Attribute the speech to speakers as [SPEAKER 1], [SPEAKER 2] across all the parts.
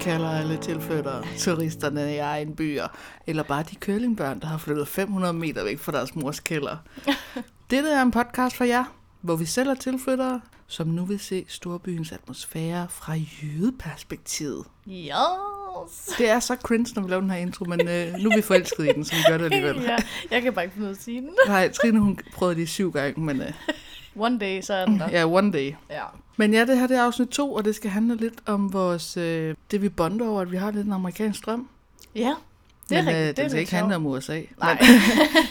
[SPEAKER 1] kalder alle tilflytter turisterne i egen byer, eller bare de kølingbørn, der har flyttet 500 meter væk fra deres mors kælder. Dette er en podcast for jer, hvor vi selv er tilflyttere, som nu vil se storbyens atmosfære fra jydeperspektivet.
[SPEAKER 2] Yes.
[SPEAKER 1] Det er så cringe, når vi laver den her intro, men øh, nu er vi forelskede i den, så vi gør det alligevel.
[SPEAKER 2] Ja, jeg kan bare ikke finde ud af at sige den.
[SPEAKER 1] Nej, Trine hun prøvede det syv gange, men øh,
[SPEAKER 2] One day, så er den der.
[SPEAKER 1] ja, one day.
[SPEAKER 2] Ja.
[SPEAKER 1] Men ja, det her det er afsnit 2, og det skal handle lidt om vores, øh, det vi bonder over, at vi har lidt en amerikansk drøm.
[SPEAKER 2] Ja, det er
[SPEAKER 1] men,
[SPEAKER 2] rigtigt.
[SPEAKER 1] Øh, den
[SPEAKER 2] det
[SPEAKER 1] skal
[SPEAKER 2] er
[SPEAKER 1] ikke handle om USA.
[SPEAKER 2] Nej.
[SPEAKER 1] Men,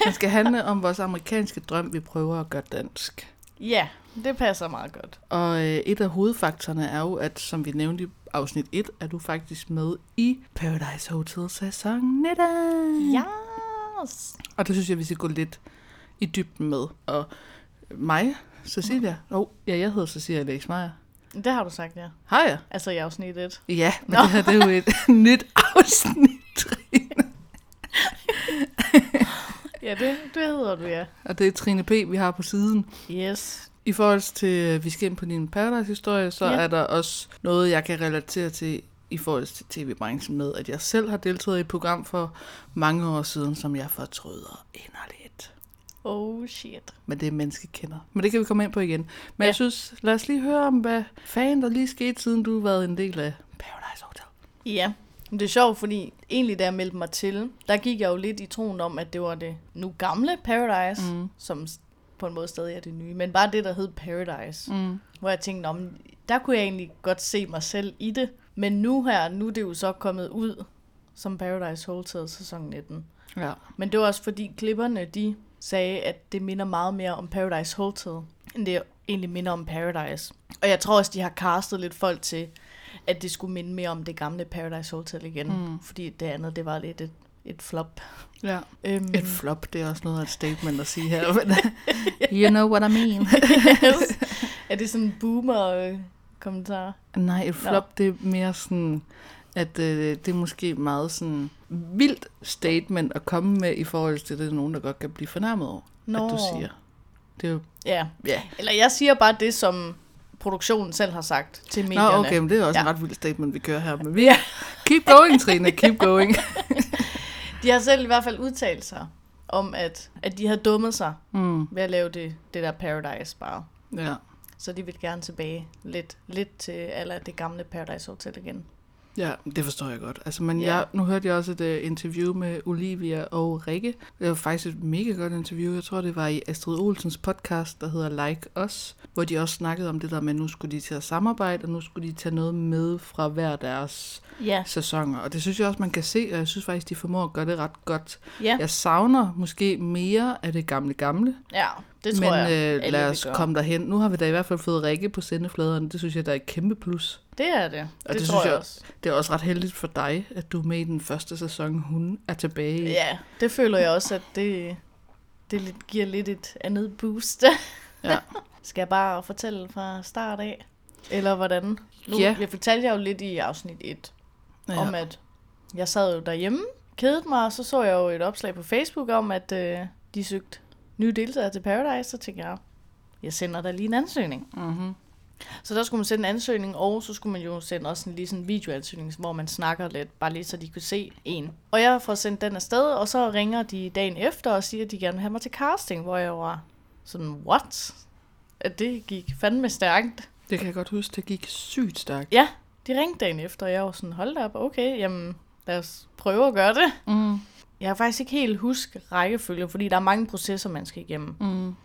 [SPEAKER 1] den skal handle om vores amerikanske drøm, vi prøver at gøre dansk.
[SPEAKER 2] Ja, det passer meget godt.
[SPEAKER 1] Og øh, et af hovedfaktorerne er jo, at som vi nævnte i afsnit 1, er du faktisk med i Paradise Hotel sæson 19.
[SPEAKER 2] Yes.
[SPEAKER 1] Og det synes jeg, vi skal gå lidt i dybden med. Og mig, Cecilia. Åh, oh, ja, jeg hedder Cecilia Alex Meyer.
[SPEAKER 2] Det har du sagt, ja.
[SPEAKER 1] Har jeg?
[SPEAKER 2] Altså i afsnit 1.
[SPEAKER 1] Ja, men det her det er jo et nyt afsnit, Trine.
[SPEAKER 2] Ja, det, det hedder du, ja.
[SPEAKER 1] Og det er Trine P., vi har på siden.
[SPEAKER 2] Yes.
[SPEAKER 1] I forhold til, øh, vi skal ind på din Paradise-historie, så
[SPEAKER 2] Ja.
[SPEAKER 1] ja. er der også noget, jeg kan relatere til i forhold til tv-branchen med, at jeg selv har deltaget i et program for mange år siden, som jeg fortryder inderligt.
[SPEAKER 2] Oh shit.
[SPEAKER 1] Men det er menneskekender. Men det kan vi komme ind på igen. Men
[SPEAKER 2] Ja.
[SPEAKER 1] ja. jeg synes, lad os lige høre om, hvad fanden der lige skete, siden du har været en del af Paradise Hotel.
[SPEAKER 2] Ja, men det er sjovt, fordi egentlig da jeg meldte mig til, der gik jeg jo lidt i troen om, at det var det nu gamle Paradise, mm. som s- på en måde stadig er det nye, men bare det, der hed Paradise, mm. hvor jeg tænkte, om der kunne jeg egentlig godt se mig selv i det, men nu her, nu er det jo så kommet ud som Paradise Hotel sæson 19.
[SPEAKER 1] Ja.
[SPEAKER 2] Men det var også fordi klipperne, de sagde, at det minder meget mere om Paradise Hotel, end det egentlig minder om Paradise. Og jeg tror også, de har castet lidt folk til, at det skulle minde mere om det gamle Paradise Hotel igen. Mm. Fordi det andet, det var lidt et, et flop.
[SPEAKER 1] ja.
[SPEAKER 2] Øhm,
[SPEAKER 1] Et flop, det er også noget af et statement at sige her. Men, you know what I mean.
[SPEAKER 2] yes. er det sådan en øh, boomer-kommentar?
[SPEAKER 1] Nej, et flop, det er mere sådan, at øh, det er måske meget sådan vildt statement at komme med i forhold til, at det er nogen, der godt kan blive fornærmet over, at
[SPEAKER 2] Nå.
[SPEAKER 1] du siger. Det er jo,
[SPEAKER 2] Ja.
[SPEAKER 1] ja.
[SPEAKER 2] Eller jeg siger bare det, som produktionen selv har sagt til
[SPEAKER 1] Nå,
[SPEAKER 2] medierne.
[SPEAKER 1] okay, men det er også ja. en
[SPEAKER 2] Ja.
[SPEAKER 1] ret vild statement, vi kører her. Men vi Keep going, Trine, keep going.
[SPEAKER 2] De har selv i hvert fald udtalt sig om, at, at de havde dummet sig mm. ved at lave det, det der Paradise bare.
[SPEAKER 1] Ja.
[SPEAKER 2] Så de vil gerne tilbage lidt, lidt til eller det gamle Paradise Hotel igen.
[SPEAKER 1] Ja, det forstår jeg godt. Altså, men
[SPEAKER 2] Ja.
[SPEAKER 1] ja. jeg, nu hørte jeg også et uh, interview med Olivia og Rikke. Det var faktisk et mega godt interview. Jeg tror, det var i Astrid Olsens podcast, der hedder Like Us, hvor de også snakkede om det der med, at nu skulle de til at samarbejde, og nu skulle de tage noget med fra hver deres
[SPEAKER 2] Ja.
[SPEAKER 1] sæsoner. Og det synes jeg også, man kan se, og jeg synes faktisk, de formår at gøre det ret godt.
[SPEAKER 2] Ja,
[SPEAKER 1] Jeg savner måske mere af det gamle gamle,
[SPEAKER 2] ja det tror
[SPEAKER 1] men
[SPEAKER 2] jeg,
[SPEAKER 1] øh,
[SPEAKER 2] alle
[SPEAKER 1] lad
[SPEAKER 2] vil
[SPEAKER 1] os
[SPEAKER 2] gøre.
[SPEAKER 1] komme derhen. Nu har vi da i hvert fald fået Rikke på sendefladerne. Det synes jeg, der er et kæmpe plus.
[SPEAKER 2] Det er det.
[SPEAKER 1] Og
[SPEAKER 2] det
[SPEAKER 1] det synes
[SPEAKER 2] tror jeg
[SPEAKER 1] jeg-
[SPEAKER 2] også.
[SPEAKER 1] Det er også ret heldigt for dig, at du er med i den første sæson, hun er tilbage i.
[SPEAKER 2] Ja, det føler jeg også, at det, det lidt, giver lidt et andet boost.
[SPEAKER 1] Ja.
[SPEAKER 2] Skal jeg bare fortælle fra start af? Eller hvordan? Nu,
[SPEAKER 1] Ja.
[SPEAKER 2] Jeg fortalte jer jo lidt i afsnit 1, ja. om
[SPEAKER 1] ja.
[SPEAKER 2] at jeg sad jo derhjemme, kedede mig, og så så jeg jo et opslag på Facebook om, at øh, de søgte nye deltagere til Paradise, så tænkte jeg, jeg sender da lige en ansøgning. Mm-hmm.
[SPEAKER 1] Mhm.
[SPEAKER 2] Så der skulle man sende en ansøgning, og så skulle man jo sende også en, lige sådan en videoansøgning, hvor man snakker lidt, bare lige så de kunne se en. Og jeg får sendt den afsted, og så ringer de dagen efter og siger, at de gerne vil have mig til casting, hvor jeg var sådan, what? At det gik fandme stærkt.
[SPEAKER 1] Det kan jeg godt huske, det gik sygt stærkt.
[SPEAKER 2] Ja, de ringte dagen efter, og jeg var sådan, hold da op, okay, jamen lad os prøve at gøre det.
[SPEAKER 1] Mm.
[SPEAKER 2] Jeg har faktisk ikke helt huske rækkefølgen, fordi der er mange processer, man skal igennem.
[SPEAKER 1] Mm.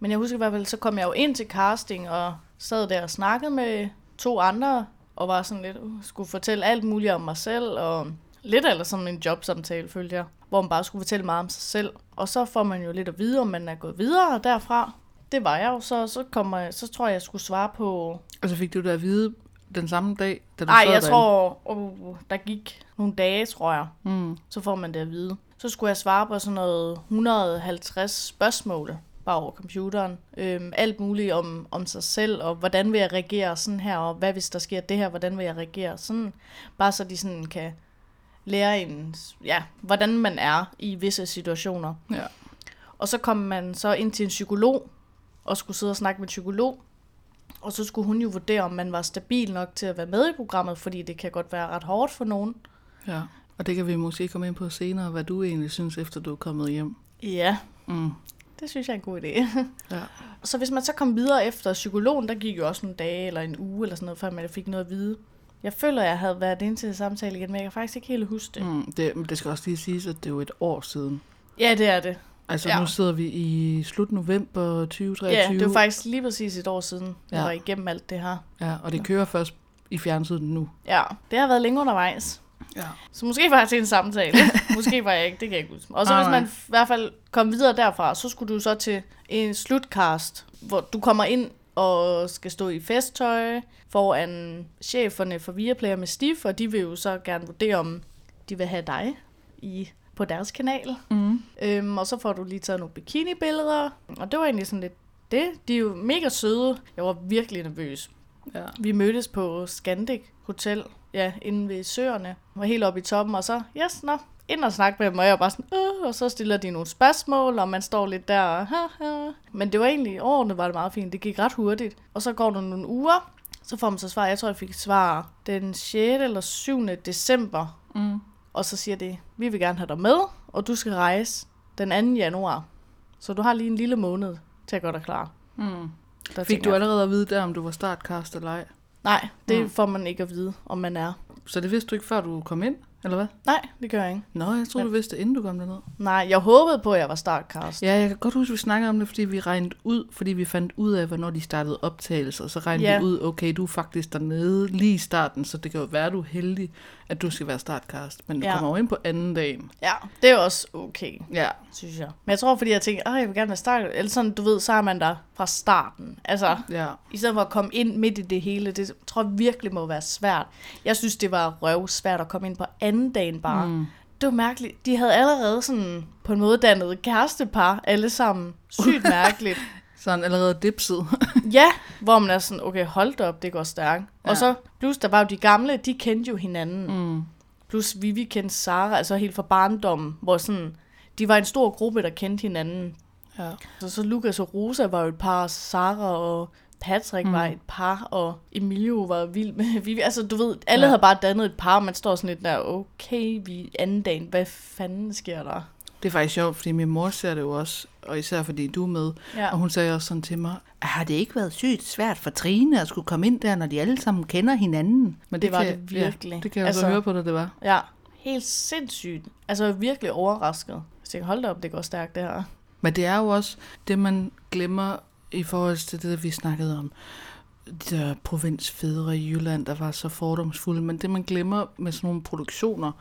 [SPEAKER 2] Men jeg husker i hvert fald, så kom jeg jo ind til casting og sad der og snakkede med to andre, og var sådan lidt, uh, skulle fortælle alt muligt om mig selv, og lidt eller som en jobsamtale, følte jeg, hvor man bare skulle fortælle meget om sig selv. Og så får man jo lidt at vide, om man er gået videre derfra. Det var jeg jo, så, så, kommer, jeg- så tror jeg, jeg skulle svare på
[SPEAKER 1] Og så fik du det at vide den samme dag, da du
[SPEAKER 2] Nej,
[SPEAKER 1] sad
[SPEAKER 2] jeg
[SPEAKER 1] derinde.
[SPEAKER 2] tror, oh, der gik nogle dage, tror jeg. Mm. Så får man det at vide. Så skulle jeg svare på sådan noget 150 spørgsmål bare over computeren. Øhm, alt muligt om, om sig selv, og hvordan vil jeg reagere sådan her, og hvad hvis der sker det her, hvordan vil jeg reagere sådan. Bare så de sådan kan lære en, ja, hvordan man er i visse situationer.
[SPEAKER 1] Ja.
[SPEAKER 2] Og så kom man så ind til en psykolog, og skulle sidde og snakke med en psykolog. Og så skulle hun jo vurdere, om man var stabil nok til at være med i programmet, fordi det kan godt være ret hårdt for nogen.
[SPEAKER 1] Ja. Og det kan vi måske komme ind på senere, hvad du egentlig synes, efter du er kommet hjem.
[SPEAKER 2] Ja,
[SPEAKER 1] Mm.
[SPEAKER 2] det synes jeg er en god idé.
[SPEAKER 1] Ja.
[SPEAKER 2] så hvis man så kom videre efter psykologen, der gik jo også nogle dage eller en uge eller sådan noget, før man fik noget at vide. Jeg føler, jeg havde været inde til samtale igen, men jeg kan faktisk ikke helt huske det. Mm.
[SPEAKER 1] Mm. Det, men det skal også lige siges, at det er jo et år siden.
[SPEAKER 2] Ja, det er det.
[SPEAKER 1] Altså
[SPEAKER 2] Ja.
[SPEAKER 1] ja. nu sidder vi i slut november 2023.
[SPEAKER 2] Ja, det var faktisk lige præcis et år siden, ja. jeg
[SPEAKER 1] Ja.
[SPEAKER 2] var igennem alt det her.
[SPEAKER 1] ja, og det kører først i fjernsynet nu.
[SPEAKER 2] Ja, det har været længe undervejs.
[SPEAKER 1] Ja.
[SPEAKER 2] Så måske var jeg til en samtale. måske var jeg ikke, det kan jeg ikke huske. Og så
[SPEAKER 1] Nej,
[SPEAKER 2] hvis
[SPEAKER 1] nej.
[SPEAKER 2] man i hvert fald kom videre derfra, så skulle du så til en slutcast, hvor du kommer ind og skal stå i festtøj foran cheferne for Viaplayer med Stif, og de vil jo så gerne vurdere, om de vil have dig i på deres kanal.
[SPEAKER 1] Mm.
[SPEAKER 2] Øhm, og så får du lige taget nogle bikini-billeder, og det var egentlig sådan lidt det. De er jo mega søde. Jeg var virkelig nervøs.
[SPEAKER 1] ja.
[SPEAKER 2] Vi mødtes på Scandic Hotel, ja, inde ved Søerne. Var helt oppe i toppen, og så, yes, nå, ind og snakke med dem, og jeg var bare sådan, øh, og så stiller de nogle spørgsmål, og man står lidt der, og, haha. Men det var egentlig, årene var det meget fint, det gik ret hurtigt. Og så går der nogle uger, så får man så svar, jeg tror, jeg fik svar den 6. eller 7. december.
[SPEAKER 1] Mm.
[SPEAKER 2] Og så siger det, vi vil gerne have dig med, og du skal rejse den 2. januar. Så du har lige en lille måned til at gøre dig klar.
[SPEAKER 1] Mm.
[SPEAKER 2] Der
[SPEAKER 1] Fik
[SPEAKER 2] tænker
[SPEAKER 1] du
[SPEAKER 2] jeg,
[SPEAKER 1] allerede at vide der, om du var startcast eller ej?
[SPEAKER 2] Nej, det
[SPEAKER 1] Mm.
[SPEAKER 2] får man ikke at vide, om man er.
[SPEAKER 1] Så det vidste du ikke, før du kom ind, eller hvad?
[SPEAKER 2] Nej, det gør jeg ikke.
[SPEAKER 1] Nå, jeg troede,
[SPEAKER 2] Ja.
[SPEAKER 1] du vidste det, inden du kom derned.
[SPEAKER 2] Nej, jeg håbede på, at jeg var startcast.
[SPEAKER 1] Ja, jeg kan godt huske, at vi snakkede om det, fordi vi regnede ud, fordi vi fandt ud af, hvornår de startede optagelser. Så regnede
[SPEAKER 2] Ja.
[SPEAKER 1] vi ud, okay, du er faktisk dernede lige i starten, så det kan jo være, du er heldig, at du skal være startcast. Men du
[SPEAKER 2] Ja.
[SPEAKER 1] ja. kommer jo ind på anden dagen.
[SPEAKER 2] Ja, det er også okay,
[SPEAKER 1] Ja,
[SPEAKER 2] synes jeg. Men jeg tror, fordi jeg tænkte, at jeg vil gerne være start. Eller sådan, du ved, så er man der fra starten. Altså,
[SPEAKER 1] ja.
[SPEAKER 2] i stedet for at komme ind midt i det hele, det tror jeg virkelig må være svært. Jeg synes, det var røvsvært at komme ind på anden dagen bare. Mm. Det var mærkeligt. De havde allerede sådan på en måde dannet kærestepar, alle sammen. Sygt mærkeligt.
[SPEAKER 1] Sådan allerede dipset.
[SPEAKER 2] Ja, hvor man er sådan, okay, hold da op, det går stærkt. Ja.
[SPEAKER 1] Ja.
[SPEAKER 2] Og så, plus der var jo de gamle, de kendte jo hinanden. Mm. Plus Vivi kendte Sara, altså helt fra barndommen, hvor sådan, de var en stor gruppe, der kendte hinanden.
[SPEAKER 1] ja.
[SPEAKER 2] Så, så Lukas og Rosa var jo et par, og Sara og Patrick mm. var et par, og Emilio var vild med Vivi. Altså, du ved, alle ja.
[SPEAKER 1] Ja.
[SPEAKER 2] havde bare dannet et par, og man står sådan lidt der, okay, vi er anden dagen, hvad fanden sker der?
[SPEAKER 1] Det er faktisk sjovt, fordi min mor ser det jo også, og især fordi du er med.
[SPEAKER 2] Ja.
[SPEAKER 1] Og hun sagde også sådan til mig, har det ikke været sygt svært for Trine at skulle komme ind der, når de alle sammen kender hinanden? Men
[SPEAKER 2] Det var
[SPEAKER 1] kan,
[SPEAKER 2] det
[SPEAKER 1] Ja,
[SPEAKER 2] virkelig.
[SPEAKER 1] det kan jeg altså...
[SPEAKER 2] Altså-
[SPEAKER 1] så høre på dig, det var.
[SPEAKER 2] Ja, helt sindssygt. Altså, jeg er virkelig overrasket. Så jeg tænkte, hold da op, det går stærkt, det her.
[SPEAKER 1] Men det er jo også det, man glemmer i forhold til det, vi snakkede om. De der provinsfædre i Jylland, der var så fordomsfulde. Men det, man glemmer med sådan nogle produktioner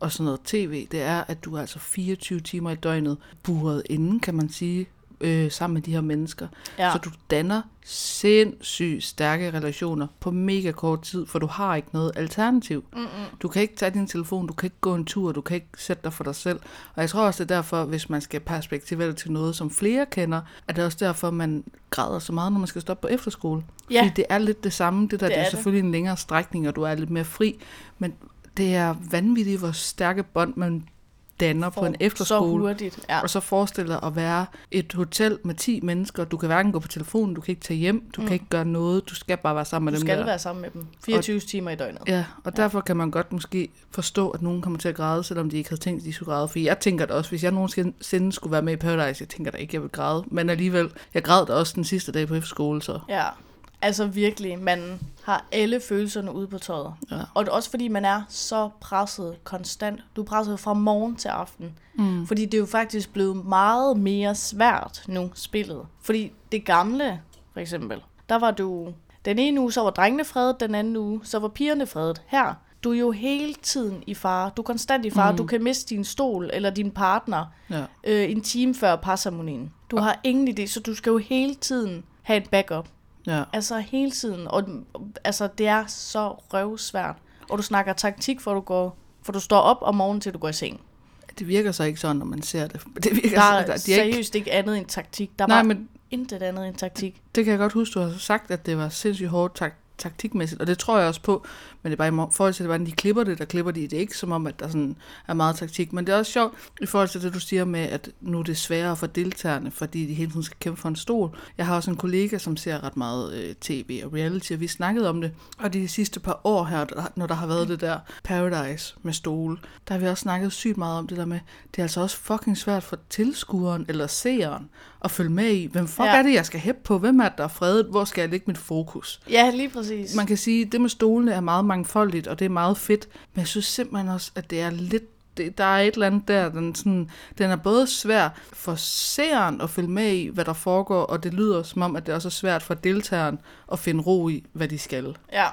[SPEAKER 1] og sådan noget tv, det er, at du er altså 24 timer i døgnet buret inden, kan man sige, øh, sammen med de her mennesker.
[SPEAKER 2] Ja.
[SPEAKER 1] Så du danner sindssygt stærke relationer på mega kort tid, for du har ikke noget alternativ. Mm-mm. Du kan ikke tage din telefon, du kan ikke gå en tur, du kan ikke sætte dig for dig selv. Og jeg tror også, det er derfor, hvis man skal perspektivere til noget, som flere kender, er det også derfor, man græder så meget, når man skal stoppe på efterskole.
[SPEAKER 2] Ja.
[SPEAKER 1] Fordi det er lidt det samme. Det der
[SPEAKER 2] Det
[SPEAKER 1] det, det er,
[SPEAKER 2] er det.
[SPEAKER 1] selvfølgelig en længere strækning, og du er lidt mere fri. Men det er vanvittigt, hvor stærke bånd man danner på en
[SPEAKER 2] Så
[SPEAKER 1] efterskole.
[SPEAKER 2] hurtigt, ja.
[SPEAKER 1] Og så forestil dig at være et hotel med 10 mennesker. Du kan hverken gå på telefonen, du kan ikke tage hjem, du mm. kan ikke gøre noget. Du skal bare være sammen med
[SPEAKER 2] Du
[SPEAKER 1] dem
[SPEAKER 2] skal
[SPEAKER 1] der.
[SPEAKER 2] være sammen med dem. 24 og... timer i døgnet.
[SPEAKER 1] Ja, og ja. derfor kan man godt måske forstå, at nogen kommer til at græde, selvom de ikke havde tænkt, at de skulle græde. For jeg tænker da også, hvis jeg nogensinde skulle være med i Paradise, jeg tænker da ikke, jeg vil græde. Men alligevel, jeg græd da også den sidste dag på efterskole, så
[SPEAKER 2] Ja. Altså virkelig, man har alle følelserne ude på tøjet.
[SPEAKER 1] Ja.
[SPEAKER 2] Og det er også fordi, man er så presset konstant. Du er presset fra morgen til aften. Mm. Fordi det er jo faktisk blevet meget mere svært nu, spillet. Fordi det gamle, for eksempel, der var du... Den ene uge, så var drengene fredet, den anden uge, så var pigerne fredet. Her, du er jo hele tiden i fare. Du er konstant i fare. Mm. Du kan miste din stol eller din partner.
[SPEAKER 1] ja.
[SPEAKER 2] øh, en time før parceremonien. Du har ingen idé, så du skal jo hele tiden have et backup.
[SPEAKER 1] ja.
[SPEAKER 2] Altså hele tiden. Og altså, det er så røvsvært. Og du snakker taktik, for du, går, for du står op om morgenen, til du går i seng.
[SPEAKER 1] Det virker så ikke sådan, når man ser det. Det virker
[SPEAKER 2] Der er
[SPEAKER 1] sådan, at altså, de er ikke...
[SPEAKER 2] seriøst ikke andet end taktik. Der
[SPEAKER 1] Nej,
[SPEAKER 2] var
[SPEAKER 1] men
[SPEAKER 2] intet andet end taktik.
[SPEAKER 1] det kan jeg godt huske, du har sagt, at det var sindssygt hårdt tak- taktikmæssigt, og det tror jeg også på, men det er bare i mo- forhold til, hvordan de klipper det, der klipper de det ikke, som om, at der sådan er meget taktik. Men det er også sjovt i forhold til det, du siger med, at nu er det sværere for deltagerne, fordi de hele tiden skal kæmpe for en stol. Jeg har også en kollega, som ser ret meget øh, tv og reality, og vi snakkede om det. Og de sidste par år her, der- når der har været det der Paradise med stole, der har vi også snakket sygt meget om det der med, det er altså også fucking svært for tilskueren eller seeren at følge med i, hvem fuck
[SPEAKER 2] Ja.
[SPEAKER 1] ja. er det, jeg skal hæppe på, hvem er det, der er fredet, hvor skal jeg lægge mit fokus?
[SPEAKER 2] Ja, lige præcis.
[SPEAKER 1] Man kan sige, at det med stolene er meget mangfoldigt, og det er meget fedt, men jeg synes simpelthen også, at det er lidt det, der er et eller andet der, den, sådan, den er både svær for seeren at følge med i, hvad der foregår, og det lyder som om, at det også er svært for deltageren at finde ro i, hvad de skal.
[SPEAKER 2] ja.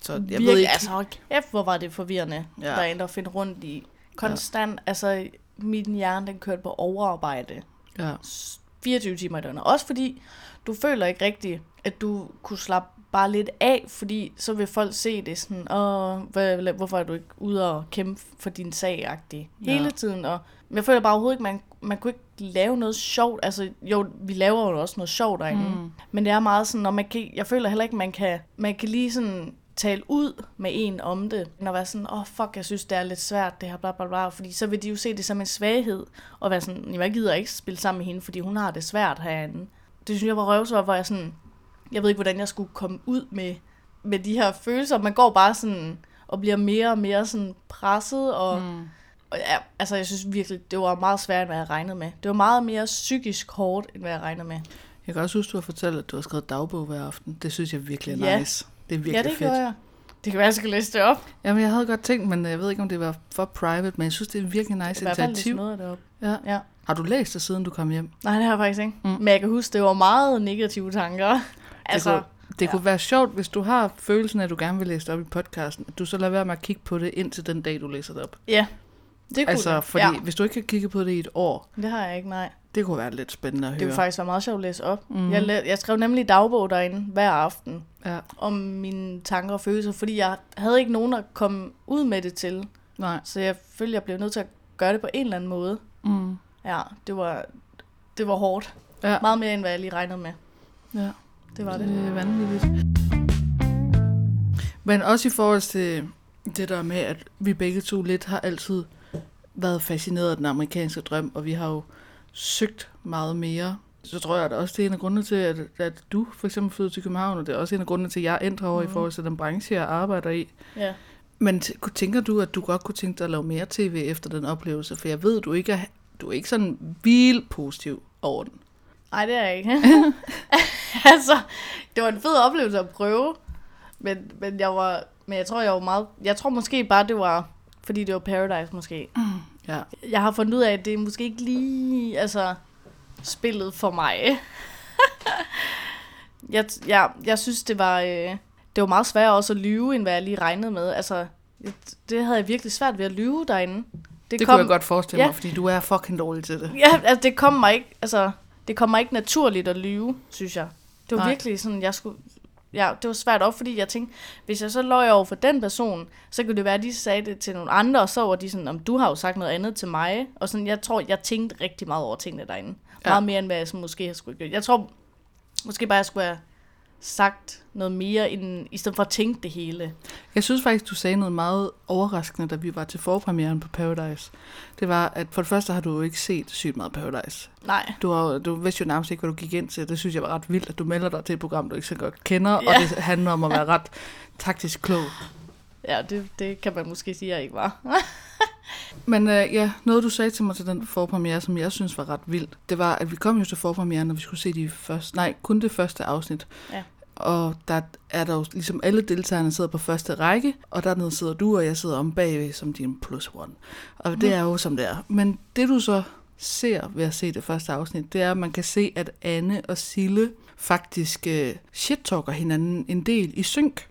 [SPEAKER 1] Så jeg
[SPEAKER 2] Jeg
[SPEAKER 1] ved ikke,
[SPEAKER 2] Altså, hold kæft, hvor var det forvirrende, ja.
[SPEAKER 1] Ja.
[SPEAKER 2] der er en, der finder rundt i. Konstant, ja. altså min hjerne, den kørte på overarbejde.
[SPEAKER 1] ja,
[SPEAKER 2] s- 24 timer i døgnet. Også fordi du føler ikke rigtigt, at du kunne slappe bare lidt af, fordi så vil folk se det sådan, Åh, hvad, hvorfor er du ikke ude og kæmpe for din sag -agtig? hele
[SPEAKER 1] Ja.
[SPEAKER 2] tiden. Og, men jeg føler bare overhovedet ikke, man, man kunne ikke lave noget sjovt. Altså jo, vi laver jo også noget sjovt derinde. Mm. Men det er meget sådan, når man kan, jeg føler heller ikke, man kan, man kan lige sådan tale ud med en om det, end at være sådan, åh oh, fuck, jeg synes, det er lidt svært, det her, bla bla bla, fordi så vil de jo se det som en svaghed, og være sådan, jeg gider ikke spille sammen med hende, fordi hun har det svært herinde. Det synes jeg var røvsvagt, hvor jeg sådan, jeg ved ikke, hvordan jeg skulle komme ud med, med de her følelser. Man går bare sådan og bliver mere og mere sådan presset, og, mm. og ja, altså jeg synes virkelig, det var meget sværere, end hvad jeg regnede med. Det var meget mere psykisk hårdt, end hvad jeg regnede med.
[SPEAKER 1] jeg kan også huske, du har fortalt, at du har skrevet dagbog hver aften. Det synes jeg virkelig er
[SPEAKER 2] Ja.
[SPEAKER 1] nice. Det er virkelig
[SPEAKER 2] ja, det
[SPEAKER 1] fedt.
[SPEAKER 2] gjorde jeg. Det kan være, jeg skal læse det op.
[SPEAKER 1] Jamen, jeg havde godt tænkt, men øh, jeg ved ikke, om det var for private, men jeg synes, det er et virkelig
[SPEAKER 2] I
[SPEAKER 1] nice
[SPEAKER 2] hvert fald læse
[SPEAKER 1] initiativ.
[SPEAKER 2] noget af det op.
[SPEAKER 1] Ja.
[SPEAKER 2] Ja.
[SPEAKER 1] Har du læst det, siden du kom hjem?
[SPEAKER 2] Nej, det har jeg faktisk ikke. Mm. Men jeg kan huske, det var meget negative tanker. altså,
[SPEAKER 1] det kunne, det ja. kunne være sjovt, hvis du har følelsen af, at du gerne vil læse det op i podcasten, at du så lader være med at kigge på det indtil den dag, du læser det op.
[SPEAKER 2] ja. Det kunne
[SPEAKER 1] altså,
[SPEAKER 2] det.
[SPEAKER 1] fordi
[SPEAKER 2] Ja,
[SPEAKER 1] hvis du ikke har kigget på det i et år,
[SPEAKER 2] det har jeg ikke, nej.
[SPEAKER 1] det kunne være lidt spændende at høre.
[SPEAKER 2] Det ville faktisk være meget sjovt at læse op. Mm. Jeg, la- jeg skrev nemlig dagbog derinde hver aften
[SPEAKER 1] Ja,
[SPEAKER 2] om mine tanker og følelser, fordi jeg havde ikke nogen at komme ud med det til.
[SPEAKER 1] nej.
[SPEAKER 2] Så jeg følte, jeg blev nødt til at gøre det på en eller anden måde.
[SPEAKER 1] Mm.
[SPEAKER 2] Ja, det var, det var hårdt.
[SPEAKER 1] Ja.
[SPEAKER 2] Meget mere, end hvad jeg lige regnede med.
[SPEAKER 1] ja.
[SPEAKER 2] Det var det.
[SPEAKER 1] Det er Øh, vanvittigt. Men også i forhold til det der med, at vi begge to lidt har altid været fascineret af den amerikanske drøm, og vi har jo søgt meget mere. Så tror jeg, at også det er en af grundene til, at, at du for eksempel flyttede til København, og det er også en af grundene til, at jeg ændrer over mm. i forhold til den branche, jeg arbejder i.
[SPEAKER 2] Ja.
[SPEAKER 1] Men t- tænker du, at du godt kunne tænke dig at lave mere tv efter den oplevelse? For jeg ved, du ikke er, du er ikke sådan vildt positiv over den.
[SPEAKER 2] Nej, det er jeg ikke. altså, det var en fed oplevelse at prøve, men, men jeg var, men jeg tror, jeg var meget, jeg tror måske bare, det var, fordi det var Paradise måske.
[SPEAKER 1] Ja.
[SPEAKER 2] Jeg har fundet ud af, at det er måske ikke lige, altså, spillet for mig. jeg, jeg, jeg synes, det var, øh, det var meget sværere også at lyve, end hvad jeg lige regnede med. Altså, det- det havde jeg virkelig svært ved at lyve derinde.
[SPEAKER 1] Det, det kunne jeg godt forestille
[SPEAKER 2] Ja.
[SPEAKER 1] ja. mig, fordi du er fucking dårlig til det.
[SPEAKER 2] Ja, altså det kom mig ikke, altså, det kom mig ikke naturligt at lyve, synes jeg. Det var Nej.
[SPEAKER 1] Nej.
[SPEAKER 2] virkelig sådan, jeg skulle, ja, det var svært op, fordi jeg tænkte, hvis jeg så løj over for den person, så kunne det være, at de sagde det til nogle andre, og så var de sådan, om du har jo sagt noget andet til mig. Og sådan, jeg tror, jeg tænkte rigtig meget over tingene derinde.
[SPEAKER 1] Ja.
[SPEAKER 2] Ja. Meget mere, end hvad jeg sådan, måske har skulle gøre. Jeg tror, måske bare, jeg skulle have sagt noget mere, end, i stedet for at tænke det hele.
[SPEAKER 1] Jeg synes faktisk, du sagde noget meget overraskende, da vi var til forpremieren på Paradise. Det var, at for det første har du jo ikke set sygt meget Paradise.
[SPEAKER 2] Nej.
[SPEAKER 1] Du, har, jo- du vidste jo nærmest ikke, hvad du gik ind til. Det synes jeg var ret vildt, at du melder dig til et program, du ikke så godt kender, ja. og
[SPEAKER 2] Ja.
[SPEAKER 1] det handler om at være ret taktisk klog.
[SPEAKER 2] Ja, det, det kan man måske sige, jeg ikke var.
[SPEAKER 1] Men øh, ja, noget du sagde til mig til den forpremiere, som jeg synes var ret vildt, det var, at vi kom jo til forpremieren, og vi skulle se de første, nej, kun det første afsnit.
[SPEAKER 2] Ja.
[SPEAKER 1] Og der er der jo, ligesom alle deltagerne sidder på første række, og dernede sidder du, og jeg sidder om bagved som din plus one. Og det er jo som det er. Men det du så ser ved at se det første afsnit, det er, at man kan se, at Anne og Sille faktisk øh, shit-talker hinanden en del i synk.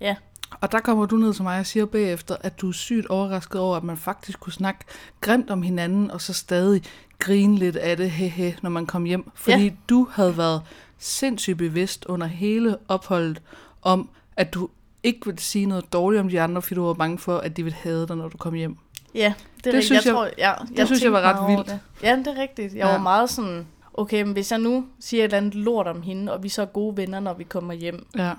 [SPEAKER 2] Ja.
[SPEAKER 1] Og der kommer du ned til mig og siger bagefter, at du er sygt overrasket over, at man faktisk kunne snakke grimt om hinanden, og så stadig grine lidt af det, hehe, når man kom hjem. Fordi
[SPEAKER 2] Ja.
[SPEAKER 1] ja. du havde været sindssygt bevidst under hele opholdet om, at du ikke ville sige noget dårligt om de andre, fordi du var bange for, at de ville hade dig, når du kom hjem.
[SPEAKER 2] Ja, det, er
[SPEAKER 1] Det
[SPEAKER 2] rigtigt.
[SPEAKER 1] synes
[SPEAKER 2] jeg,
[SPEAKER 1] jeg-
[SPEAKER 2] tror, ja,
[SPEAKER 1] det synes jeg var
[SPEAKER 2] tænkte
[SPEAKER 1] ret
[SPEAKER 2] meget over
[SPEAKER 1] vildt.
[SPEAKER 2] Det. Ja, det er rigtigt. Jeg ja.
[SPEAKER 1] Ja.
[SPEAKER 2] var meget sådan, okay, men hvis jeg nu siger et eller andet lort om hende, og vi så er gode venner, når vi kommer hjem,
[SPEAKER 1] Ja.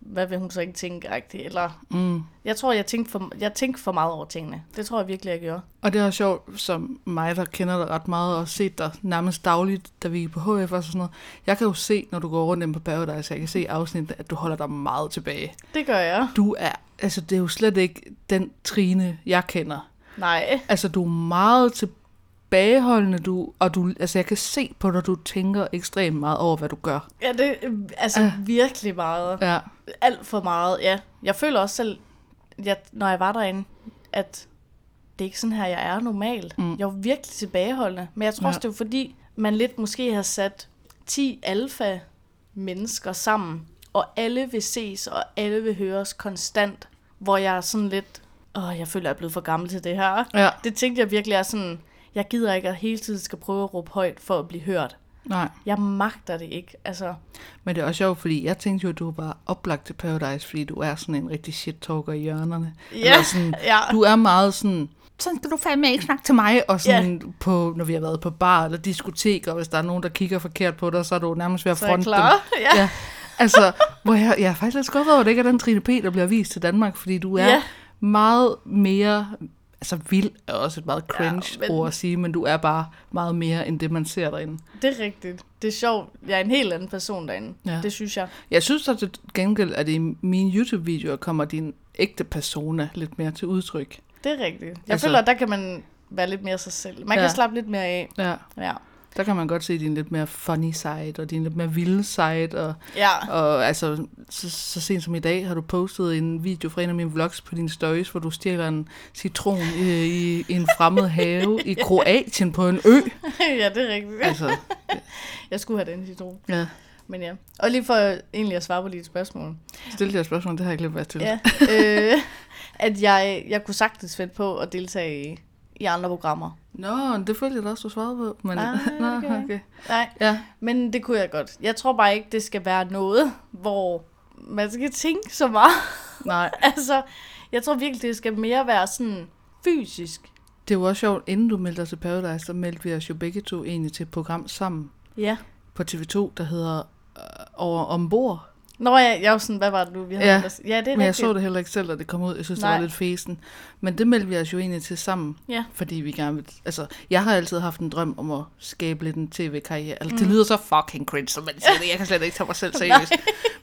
[SPEAKER 2] hvad vil hun så ikke tænke, agtigt, eller...
[SPEAKER 1] Mm.
[SPEAKER 2] Jeg tror, jeg tænkte, for, jeg tænkte for meget over tingene. Det tror jeg virkelig, jeg gjorde.
[SPEAKER 1] Og det er også sjovt, som mig, der kender dig ret meget, og set dig nærmest dagligt, da vi gik på HF og sådan noget. Jeg kan jo se, når du går rundt inde på Paradise, jeg kan se i afsnittet, at du holder dig meget tilbage.
[SPEAKER 2] Det gør jeg.
[SPEAKER 1] Du er, altså det er jo slet ikke den Trine, jeg kender.
[SPEAKER 2] Nej.
[SPEAKER 1] Altså du er meget tilbageholdende, du, og du, altså jeg kan se på dig, du tænker ekstremt meget over, hvad du gør.
[SPEAKER 2] Ja, det øh, altså
[SPEAKER 1] Ah.
[SPEAKER 2] virkelig meget.
[SPEAKER 1] Ja.
[SPEAKER 2] Alt for meget, ja. Jeg føler også selv, jeg, når jeg var derinde, at det er ikke sådan her, jeg er normalt. Mm. Jeg var virkelig tilbageholdende. Men jeg tror
[SPEAKER 1] Ja.
[SPEAKER 2] også, det er fordi, man lidt måske har sat 10 alfa-mennesker sammen, og alle vil ses, og alle vil høres konstant, hvor jeg er sådan lidt, åh, jeg føler, jeg er blevet for gammel til det her.
[SPEAKER 1] Ja,
[SPEAKER 2] Det tænkte jeg virkelig er sådan, jeg gider ikke, at hele tiden skal prøve at råbe højt for at blive hørt.
[SPEAKER 1] nej.
[SPEAKER 2] Jeg magter det ikke, altså.
[SPEAKER 1] Men det er også sjovt, fordi jeg tænkte jo, at du var oplagt til Paradise, fordi du er sådan en rigtig shit-talker i hjørnerne. Eller sådan,
[SPEAKER 2] ja.
[SPEAKER 1] Du er meget sådan, sådan skal du fandme ikke snakke til mig, og sådan yeah. på, når vi har været på bar eller diskotek, og hvis der er nogen, der kigger forkert på dig, så er du nærmest ved at
[SPEAKER 2] så er jeg
[SPEAKER 1] fronte
[SPEAKER 2] klar.
[SPEAKER 1] dem.
[SPEAKER 2] Ja.
[SPEAKER 1] Ja. Altså, hvor jeg, jeg er faktisk lidt skuffet over, at det ikke er den Trine P, der bliver vist til Danmark, fordi du er
[SPEAKER 2] Ja.
[SPEAKER 1] meget mere, altså vild er også et meget cringe ja,
[SPEAKER 2] men-
[SPEAKER 1] men... ord at sige, men du er bare meget mere end det, man ser derinde.
[SPEAKER 2] Det er rigtigt. Det er sjovt. Jeg er en helt anden person derinde.
[SPEAKER 1] Ja.
[SPEAKER 2] Det synes jeg.
[SPEAKER 1] Jeg synes så til gengæld, at i mine YouTube-videoer kommer din ægte persona lidt mere til udtryk.
[SPEAKER 2] Det er rigtigt. Jeg altså,
[SPEAKER 1] Altså-
[SPEAKER 2] føler, at der kan man være lidt mere sig selv. Man ja.
[SPEAKER 1] Ja.
[SPEAKER 2] kan slappe lidt mere af.
[SPEAKER 1] Ja.
[SPEAKER 2] Ja.
[SPEAKER 1] Der kan man godt se din lidt mere funny side, og din lidt mere vilde side, og
[SPEAKER 2] ja.
[SPEAKER 1] Og altså, så, så sent som i dag har du postet en video fra en af mine vlogs på dine stories, hvor du stjæler en citron i, i, i en fremmed have i Kroatien på en ø.
[SPEAKER 2] ja, det er rigtigt.
[SPEAKER 1] Altså,
[SPEAKER 2] Jeg skulle have den citron.
[SPEAKER 1] ja,
[SPEAKER 2] Men ja. Og lige for egentlig at svare på dit spørgsmål.
[SPEAKER 1] stil dig spørgsmål, det har jeg ikke glemt at til.
[SPEAKER 2] Ja. øh, at jeg, jeg kunne sagtens finde på at deltage i, i andre programmer.
[SPEAKER 1] Nå, det følte jeg da også, du svarede på. Men,
[SPEAKER 2] Nej, det
[SPEAKER 1] nå,
[SPEAKER 2] gør jeg
[SPEAKER 1] okay.
[SPEAKER 2] Nej,
[SPEAKER 1] Ja,
[SPEAKER 2] men det kunne jeg godt. Jeg tror bare ikke, det skal være noget, hvor man skal tænke så meget.
[SPEAKER 1] nej.
[SPEAKER 2] altså, jeg tror virkelig, det skal mere være sådan fysisk.
[SPEAKER 1] Det var også sjovt, inden du meldte dig til Paradise, der meldte vi os jo begge to egentlig til et program sammen
[SPEAKER 2] Ja.
[SPEAKER 1] på TV2, der hedder øh, over ombord.
[SPEAKER 2] Nå, jeg, jeg var sådan, hvad var det nu, vi havde?
[SPEAKER 1] Ja.
[SPEAKER 2] ellers- ja det er
[SPEAKER 1] Men jeg
[SPEAKER 2] rigtigt.
[SPEAKER 1] så det heller ikke selv, da det kom ud. Jeg synes, det
[SPEAKER 2] Nej.
[SPEAKER 1] var lidt fesen. Men det meldte vi os jo egentlig til sammen.
[SPEAKER 2] Ja.
[SPEAKER 1] Fordi vi gerne vil... Altså, jeg har altid haft en drøm om at skabe lidt en tv-karriere. Altså, det lyder så fucking cringe, som man siger det. Jeg kan slet ikke tage mig selv seriøst.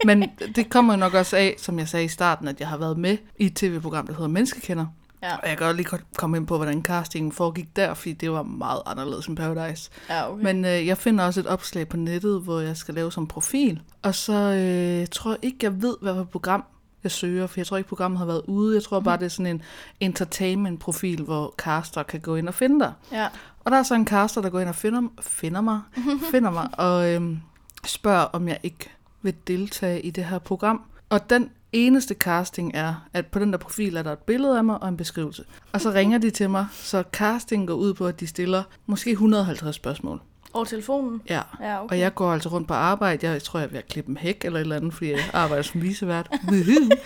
[SPEAKER 1] Men det kommer nok også af, som jeg sagde i starten, at jeg har været med i et tv-program, der hedder Menneskekender.
[SPEAKER 2] Ja,
[SPEAKER 1] Og jeg kan godt lige godt komme ind på, hvordan castingen foregik der, fordi det var meget anderledes end Paradise.
[SPEAKER 2] ja okay.
[SPEAKER 1] Men øh, jeg finder også et opslag på nettet, hvor jeg skal lave som profil. Og så øh, tror jeg ikke, jeg ved, hvad for et program jeg søger, for jeg tror ikke, programmet har været ude. Jeg tror bare, det er sådan en entertainment-profil, hvor caster kan gå ind og finde dig.
[SPEAKER 2] ja.
[SPEAKER 1] Og der er så en caster, der går ind og finder, finder mig, finder mig og øhm, spørger, om jeg ikke vil deltage i det her program. Og den eneste casting er, at på den der profil er der et billede af mig og en beskrivelse. Og så ringer de til mig, så castingen går ud på, at de stiller måske 150 spørgsmål.
[SPEAKER 2] Over telefonen?
[SPEAKER 1] Ja.
[SPEAKER 2] Ja, okay.
[SPEAKER 1] Og jeg går altså rundt på arbejde. Jeg tror, jeg er ved at klippe en hæk eller et eller andet, fordi jeg arbejder som visevært. Woohoo.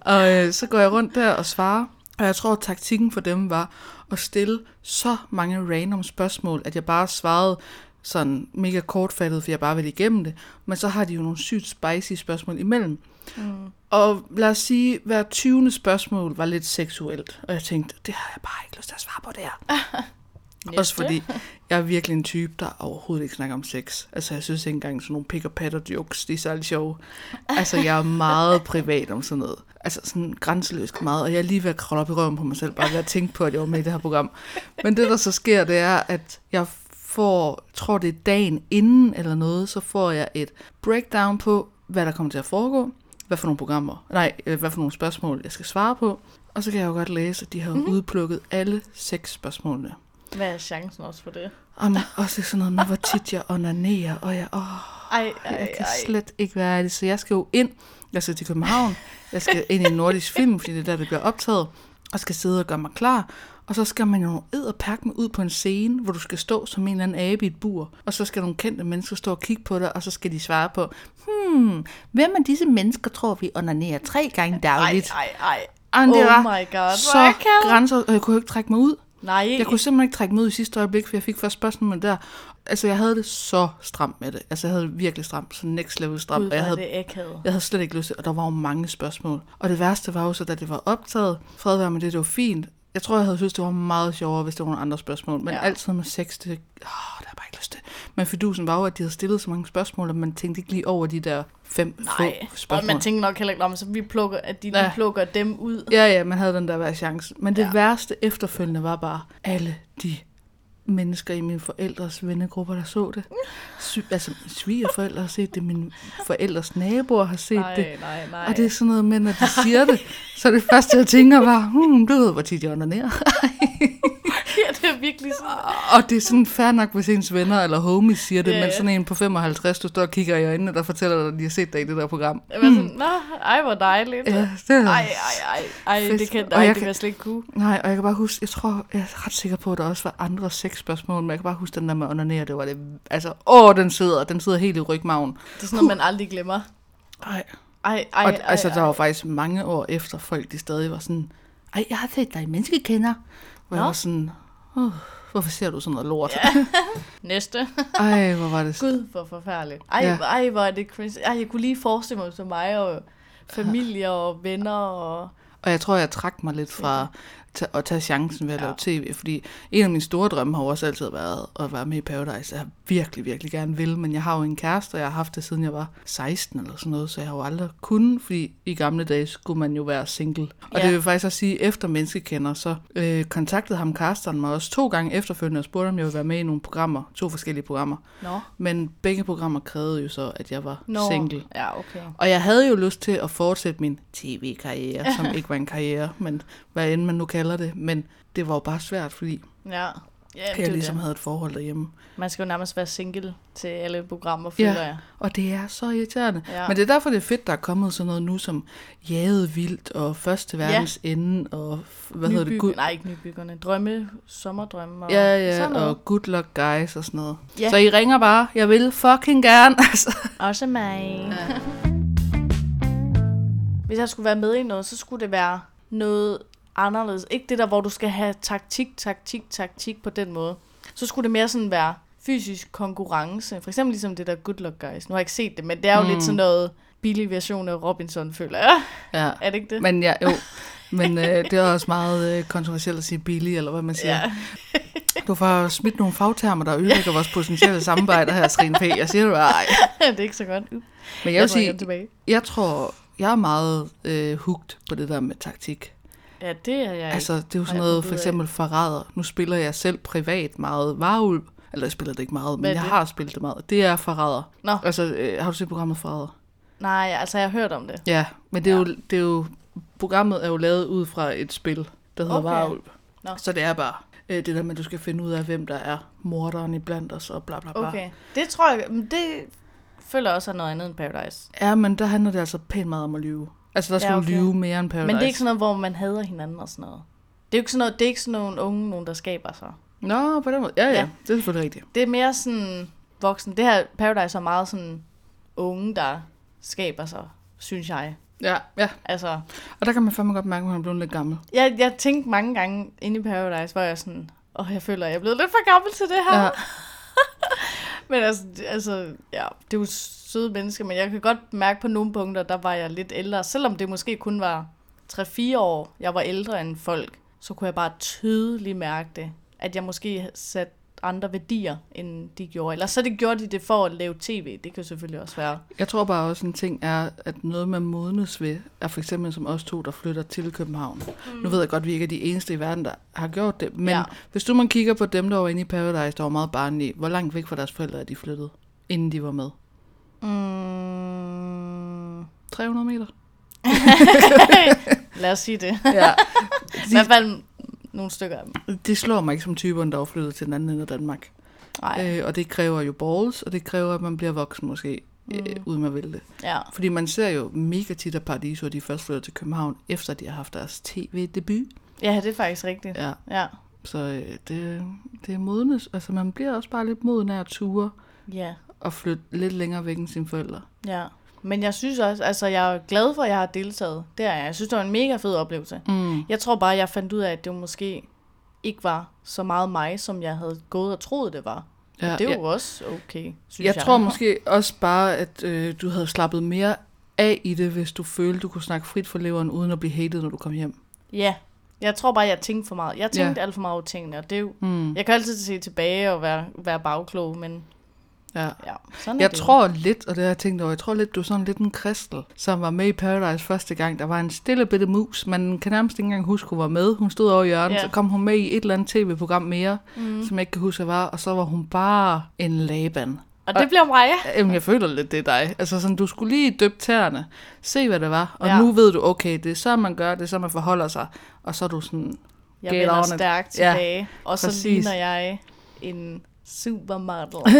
[SPEAKER 1] og øh, så går jeg rundt der og svarer. Og jeg tror, at taktikken for dem var at stille så mange random spørgsmål, at jeg bare svarede sådan mega kortfattet, for jeg bare ville igennem det. Men så har de jo nogle sygt spicy spørgsmål imellem.
[SPEAKER 2] Mm.
[SPEAKER 1] Og lad os sige, hver 20. spørgsmål var lidt seksuelt. Og jeg tænkte, det har jeg bare ikke lyst til at svare på det her. Også fordi jeg er virkelig en type, der overhovedet ikke snakker om sex. Altså, jeg synes ikke engang sådan nogle pick og patter jokes, de er særlig sjove. Altså, jeg er meget privat om sådan noget. Altså, sådan grænseløst meget. Og jeg er lige ved at kravle op i røven på mig selv, bare ved at tænke på, at jeg var med i det her program. Men det, der så sker, det er, at jeg får, tror det er dagen inden eller noget, så får jeg et breakdown på, hvad der kommer til at foregå, hvad for nogle programmer, nej, øh, hvad for nogle spørgsmål, jeg skal svare på. Og så kan jeg jo godt læse, at de har udplukket alle seks spørgsmålene.
[SPEAKER 2] Hvad er chancen også for det?
[SPEAKER 1] Om også sådan noget med, hvor tit jeg onanerer, og jeg, åh,
[SPEAKER 2] Ej, ej,
[SPEAKER 1] jeg kan
[SPEAKER 2] ej.
[SPEAKER 1] slet ikke være i det. Så jeg skal jo ind, jeg skal til København, jeg skal ind i en nordisk film, fordi det er der, det bliver optaget, og skal sidde og gøre mig klar. Og så skal man jo edderpakke med ud på en scene, hvor du skal stå som en eller anden abe i et bur. Og så skal nogle kendte mennesker stå og kigge på dig, og så skal de svare på, hmm, hvem af disse mennesker tror vi onanerer tre gange
[SPEAKER 2] Ej,
[SPEAKER 1] dagligt?
[SPEAKER 2] ej, ej.
[SPEAKER 1] Ej, det
[SPEAKER 2] oh
[SPEAKER 1] var
[SPEAKER 2] my god, hvor
[SPEAKER 1] så
[SPEAKER 2] er jeg
[SPEAKER 1] grænser, og jeg kunne jo ikke trække mig ud.
[SPEAKER 2] Nej,
[SPEAKER 1] Jeg kunne simpelthen ikke trække mig ud i sidste øjeblik, for jeg fik først spørgsmålet der. altså jeg havde det så stramt med det. Altså jeg havde det virkelig stramt, så next level stramt.
[SPEAKER 2] Gud,
[SPEAKER 1] og jeg havde,
[SPEAKER 2] det akavet.
[SPEAKER 1] jeg havde slet ikke lyst til, og der var jo mange spørgsmål. Og det værste var jo så, da det var optaget, fred være med det, det var fint. Jeg tror, jeg havde synes, det var meget sjovere, hvis det var nogle andre spørgsmål. Men
[SPEAKER 2] Ja.
[SPEAKER 1] ja. altid med sex, det, åh, det har jeg bare ikke lyst til. Men fidusen var jo, at de havde stillet så mange spørgsmål, at man tænkte ikke lige over de der fem
[SPEAKER 2] Nej,
[SPEAKER 1] få
[SPEAKER 2] og
[SPEAKER 1] spørgsmål.
[SPEAKER 2] man tænker nok heller ikke om, så vi plukker, at de lige
[SPEAKER 1] Ja.
[SPEAKER 2] plukker dem ud.
[SPEAKER 1] Ja, ja, man havde den der hver chance. Men det
[SPEAKER 2] Ja.
[SPEAKER 1] ja. værste efterfølgende var bare alle de mennesker i mine forældres vennegrupper, der så det. Sy- altså, mine svigerforældre har set det, mine forældres naboer har set
[SPEAKER 2] Nej,
[SPEAKER 1] det.
[SPEAKER 2] nej, nej.
[SPEAKER 1] Og det er sådan noget med, når de siger det, så er det første, jeg tænker var, hmm, du ved, hvor tit jeg onanerer.
[SPEAKER 2] ja, det er virkelig sådan.
[SPEAKER 1] Og det er sådan fair nok, hvis ens venner eller homies siger det,
[SPEAKER 2] Ah. Ja,
[SPEAKER 1] men
[SPEAKER 2] ja.
[SPEAKER 1] sådan en på 55, du står og kigger i øjnene, der fortæller dig, at de har set dig i det der program.
[SPEAKER 2] Jeg var sådan, nå, ej, hvor dejligt.
[SPEAKER 1] Ja, det er...
[SPEAKER 2] Ej, ej, ej, ej, det
[SPEAKER 1] Fedt.
[SPEAKER 2] kan,
[SPEAKER 1] Og
[SPEAKER 2] ej,
[SPEAKER 1] jeg
[SPEAKER 2] det kan
[SPEAKER 1] kan-
[SPEAKER 2] jeg slet ikke kunne.
[SPEAKER 1] Nej, og jeg kan bare huske, jeg tror, jeg er ret sikker på, at der også var andre sexspørgsmål, men jeg kan bare huske den der med onanere, det var det, altså, åh, den sidder, den sidder helt i rygmagen.
[SPEAKER 2] Det er sådan noget, man aldrig glemmer.
[SPEAKER 1] Ej,
[SPEAKER 2] Ej, ej,
[SPEAKER 1] og,
[SPEAKER 2] ej,
[SPEAKER 1] altså, der
[SPEAKER 2] ej.
[SPEAKER 1] var faktisk mange år efter, folk de stadig var sådan, ej, jeg har set dig i menneskekender, hvor
[SPEAKER 2] Nå.
[SPEAKER 1] jeg var sådan, åh, hvorfor ser du sådan noget lort? Ja.
[SPEAKER 2] Næste.
[SPEAKER 1] Ej, hvor var det sådan.
[SPEAKER 2] Gud, hvor forfærdeligt. Ej,
[SPEAKER 1] Ja.
[SPEAKER 2] ja. ej, hvor er det crazy. Ej, jeg kunne lige forestille mig, som mig og familie og venner og...
[SPEAKER 1] Og jeg tror, jeg trak mig lidt fra ta- at tage chancen ved at
[SPEAKER 2] Ja.
[SPEAKER 1] ja. lave tv, fordi en af mine store drømme har jo også altid været at være med i Paradise. Jeg har virkelig, virkelig gerne vil, men jeg har jo en kæreste, og jeg har haft det siden jeg var 16 eller sådan noget, så jeg har jo aldrig kunnet, fordi i gamle dage skulle man jo være single. Og
[SPEAKER 2] Ja.
[SPEAKER 1] det vil faktisk også sige, efter menneskekender, så øh, kontaktede ham Carsten mig også to gange efterfølgende og spurgte, om jeg ville være med i nogle programmer, to forskellige programmer.
[SPEAKER 2] Nå.
[SPEAKER 1] Men begge programmer krævede jo så, at jeg var
[SPEAKER 2] Nå.
[SPEAKER 1] single.
[SPEAKER 2] Ja, okay.
[SPEAKER 1] Og jeg havde jo lyst til at fortsætte min tv-karriere, som ikke var en karriere, men hvad end man nu kalder det. Men det var jo bare svært, fordi
[SPEAKER 2] Ja. Ja, det er
[SPEAKER 1] jeg
[SPEAKER 2] jo
[SPEAKER 1] ligesom
[SPEAKER 2] det.
[SPEAKER 1] havde et forhold derhjemme.
[SPEAKER 2] Man skal jo nærmest være single til alle programmer, føler jeg.
[SPEAKER 1] Og det er så irriterende.
[SPEAKER 2] Ja.
[SPEAKER 1] Ja. Men det er derfor, det er fedt, der er kommet sådan noget nu som jaget vildt og først til
[SPEAKER 2] Ja.
[SPEAKER 1] verdens ja. ende og f- hvad hedder det?
[SPEAKER 2] Nybygge-
[SPEAKER 1] Good,
[SPEAKER 2] Nej, ikke nybyggerne. Drømme, sommerdrømme og
[SPEAKER 1] ja, ja,
[SPEAKER 2] sådan noget.
[SPEAKER 1] og good luck guys og sådan noget.
[SPEAKER 2] Ja.
[SPEAKER 1] Ja. Så I ringer bare, jeg vil fucking gerne. altså.
[SPEAKER 2] Også mig. Hvis jeg skulle være med i noget, så skulle det være noget anderledes. Ikke det der, hvor du skal have taktik, taktik, taktik på den måde. Så skulle det mere sådan være fysisk konkurrence. For eksempel ligesom det der Good Luck Guys. Nu har jeg ikke set det, men det er jo mm.
[SPEAKER 1] Hmm.
[SPEAKER 2] lidt sådan noget billig version af Robinson, føler jeg.
[SPEAKER 1] ja.
[SPEAKER 2] Er det ikke det?
[SPEAKER 1] Men ja, jo. Men øh, det er også meget øh, kontroversielt at sige billig, eller hvad man siger.
[SPEAKER 2] Ja.
[SPEAKER 1] Du får smidt nogle fagtermer, der ødelægger vores potentielle samarbejde her, Trine P. Jeg siger det bare, ej.
[SPEAKER 2] det er ikke så godt. Uh,
[SPEAKER 1] Men jeg
[SPEAKER 2] jeg
[SPEAKER 1] vil
[SPEAKER 2] trækker
[SPEAKER 1] sige,
[SPEAKER 2] den tilbage.
[SPEAKER 1] jeg tror, jeg er meget øh, hugt på det der med taktik.
[SPEAKER 2] Ja, det er jeg
[SPEAKER 1] Altså, det er jo sådan
[SPEAKER 2] jeg
[SPEAKER 1] noget,
[SPEAKER 2] fundet
[SPEAKER 1] for
[SPEAKER 2] ud af.
[SPEAKER 1] eksempel forræder. Nu spiller jeg selv privat meget varulv. Eller jeg spiller det ikke meget,
[SPEAKER 2] Hvad
[SPEAKER 1] men jeg
[SPEAKER 2] er det?
[SPEAKER 1] har spillet det meget. Det er forræder.
[SPEAKER 2] Nå.
[SPEAKER 1] Altså, øh, har du set programmet forræder?
[SPEAKER 2] ikke. Nej, altså jeg har hørt om det.
[SPEAKER 1] Ja, men det er,
[SPEAKER 2] Ja.
[SPEAKER 1] ja. Jo, det er jo... Programmet er jo lavet ud fra et spil, der hedder
[SPEAKER 2] Okay.
[SPEAKER 1] okay. Varulv.
[SPEAKER 2] Nå.
[SPEAKER 1] Så det er bare øh, det der med, at du skal finde ud af, hvem der er morderen iblandt os, og bla bla bla.
[SPEAKER 2] Okay. Det tror jeg, men det føler jeg også er noget andet end Paradise.
[SPEAKER 1] Ja, men der handler det altså pænt meget om at lyve. Altså, der
[SPEAKER 2] Ja,
[SPEAKER 1] skal ja,
[SPEAKER 2] okay.
[SPEAKER 1] okay. lyve mere end Paradise.
[SPEAKER 2] Men det er ikke sådan noget, hvor man hader hinanden og sådan noget. Det er jo ikke sådan noget, det er ikke sådan nogle unge, nogen, der skaber sig.
[SPEAKER 1] Nå, på den måde. Ja, ja,
[SPEAKER 2] Ja.
[SPEAKER 1] ja. det er selvfølgelig rigtigt.
[SPEAKER 2] Det er mere sådan voksen. Det her Paradise er meget sådan unge, der skaber sig, synes jeg.
[SPEAKER 1] Ja, ja.
[SPEAKER 2] Altså,
[SPEAKER 1] Og der kan man fandme godt mærke, at man er blevet lidt gammel.
[SPEAKER 2] jeg, jeg tænkte mange gange inde i Paradise, hvor jeg sådan, åh, jeg føler, jeg er blevet lidt for gammel til det her.
[SPEAKER 1] Ja.
[SPEAKER 2] Ja. Men altså, det- altså, ja, det er jo søde mennesker, men jeg kan godt mærke på nogle punkter, der var jeg lidt ældre. Selvom det måske kun var 3-4 år, jeg var ældre end folk, så kunne jeg bare tydeligt mærke det. At jeg måske satte andre værdier, end de gjorde. Eller så det gjorde de det for at lave tv. Det kan jo selvfølgelig også være.
[SPEAKER 1] Jeg tror bare også, en ting er, at noget man modnes ved, er for eksempel som os to, der flytter til København. Mm. Nu ved jeg godt, at vi ikke er de eneste i verden, der har gjort det. Men
[SPEAKER 2] Ja.
[SPEAKER 1] ja. hvis du man kigger på dem, der var inde i Paradise, der var meget barnlige, hvor langt væk fra deres forældre er de flyttet, inden de var med?
[SPEAKER 2] Mm,
[SPEAKER 1] 300 meter?
[SPEAKER 2] lad os sige det.
[SPEAKER 1] Ja.
[SPEAKER 2] I hvert fald nogle stykker af dem.
[SPEAKER 1] Det slår mig ikke som typeren, der var flyttet til den anden ende af Danmark.
[SPEAKER 2] Nej,
[SPEAKER 1] Øh, og det kræver jo balls, og det kræver, at man bliver voksen måske, mm. øh, uden at ville det.
[SPEAKER 2] ja.
[SPEAKER 1] Fordi man ser jo mega tit, at Paradiso de først flytter til København, efter de har haft deres tv-debut.
[SPEAKER 2] Ja, det er faktisk rigtigt.
[SPEAKER 1] Ja,
[SPEAKER 2] Ja.
[SPEAKER 1] så øh, det, det er modnes. Altså, man bliver også bare lidt moden af at ture
[SPEAKER 2] Ja.
[SPEAKER 1] og flytte lidt længere væk end sine forældre.
[SPEAKER 2] Ja, men jeg synes også, altså jeg er glad for, at jeg har deltaget. Det er jeg. Jeg synes, det var en mega fed oplevelse.
[SPEAKER 1] Mm.
[SPEAKER 2] Jeg tror bare, jeg fandt ud af, at det måske ikke var så meget mig, som jeg havde gået og troet, det var. Ja, det er
[SPEAKER 1] jeg,
[SPEAKER 2] jo også okay, synes
[SPEAKER 1] jeg
[SPEAKER 2] jeg.
[SPEAKER 1] tror måske også bare, at øh, du havde slappet mere af i det, hvis du følte, du kunne snakke frit for leveren, uden at blive hated, når du kom hjem.
[SPEAKER 2] Ja, jeg tror bare, jeg tænkte for meget. Jeg
[SPEAKER 1] Ja.
[SPEAKER 2] tænkte alt for meget over tingene, og det er jo...
[SPEAKER 1] Mm.
[SPEAKER 2] Jeg kan altid se tilbage og være, være bagklog, men
[SPEAKER 1] Ja.
[SPEAKER 2] ja, sådan er
[SPEAKER 1] Jeg
[SPEAKER 2] det.
[SPEAKER 1] tror lidt, og det har jeg tænkt over, jeg tror lidt, du er sådan lidt en kristel, som var med i Paradise første gang. Der var en stille bitte mus, man kan nærmest ikke engang huske, hun var med. Hun stod over i hjørnet,
[SPEAKER 2] Ja.
[SPEAKER 1] så kom hun med i et eller andet tv-program mere, mm. som jeg ikke kan huske, hvad var, og så var hun bare en laban.
[SPEAKER 2] Og det bliver mig.
[SPEAKER 1] Jamen, jeg føler lidt, det er dig. Altså, sådan, du skulle lige døbe tæerne, se hvad det var, og
[SPEAKER 2] Ja.
[SPEAKER 1] ja. nu ved du, okay, det er så, man gør, det er så, man forholder sig, og så er du sådan,
[SPEAKER 2] Jeg
[SPEAKER 1] Get
[SPEAKER 2] vender
[SPEAKER 1] on it.
[SPEAKER 2] stærkt
[SPEAKER 1] Ja,
[SPEAKER 2] tilbage, og så
[SPEAKER 1] præcis.
[SPEAKER 2] ligner jeg en supermodel.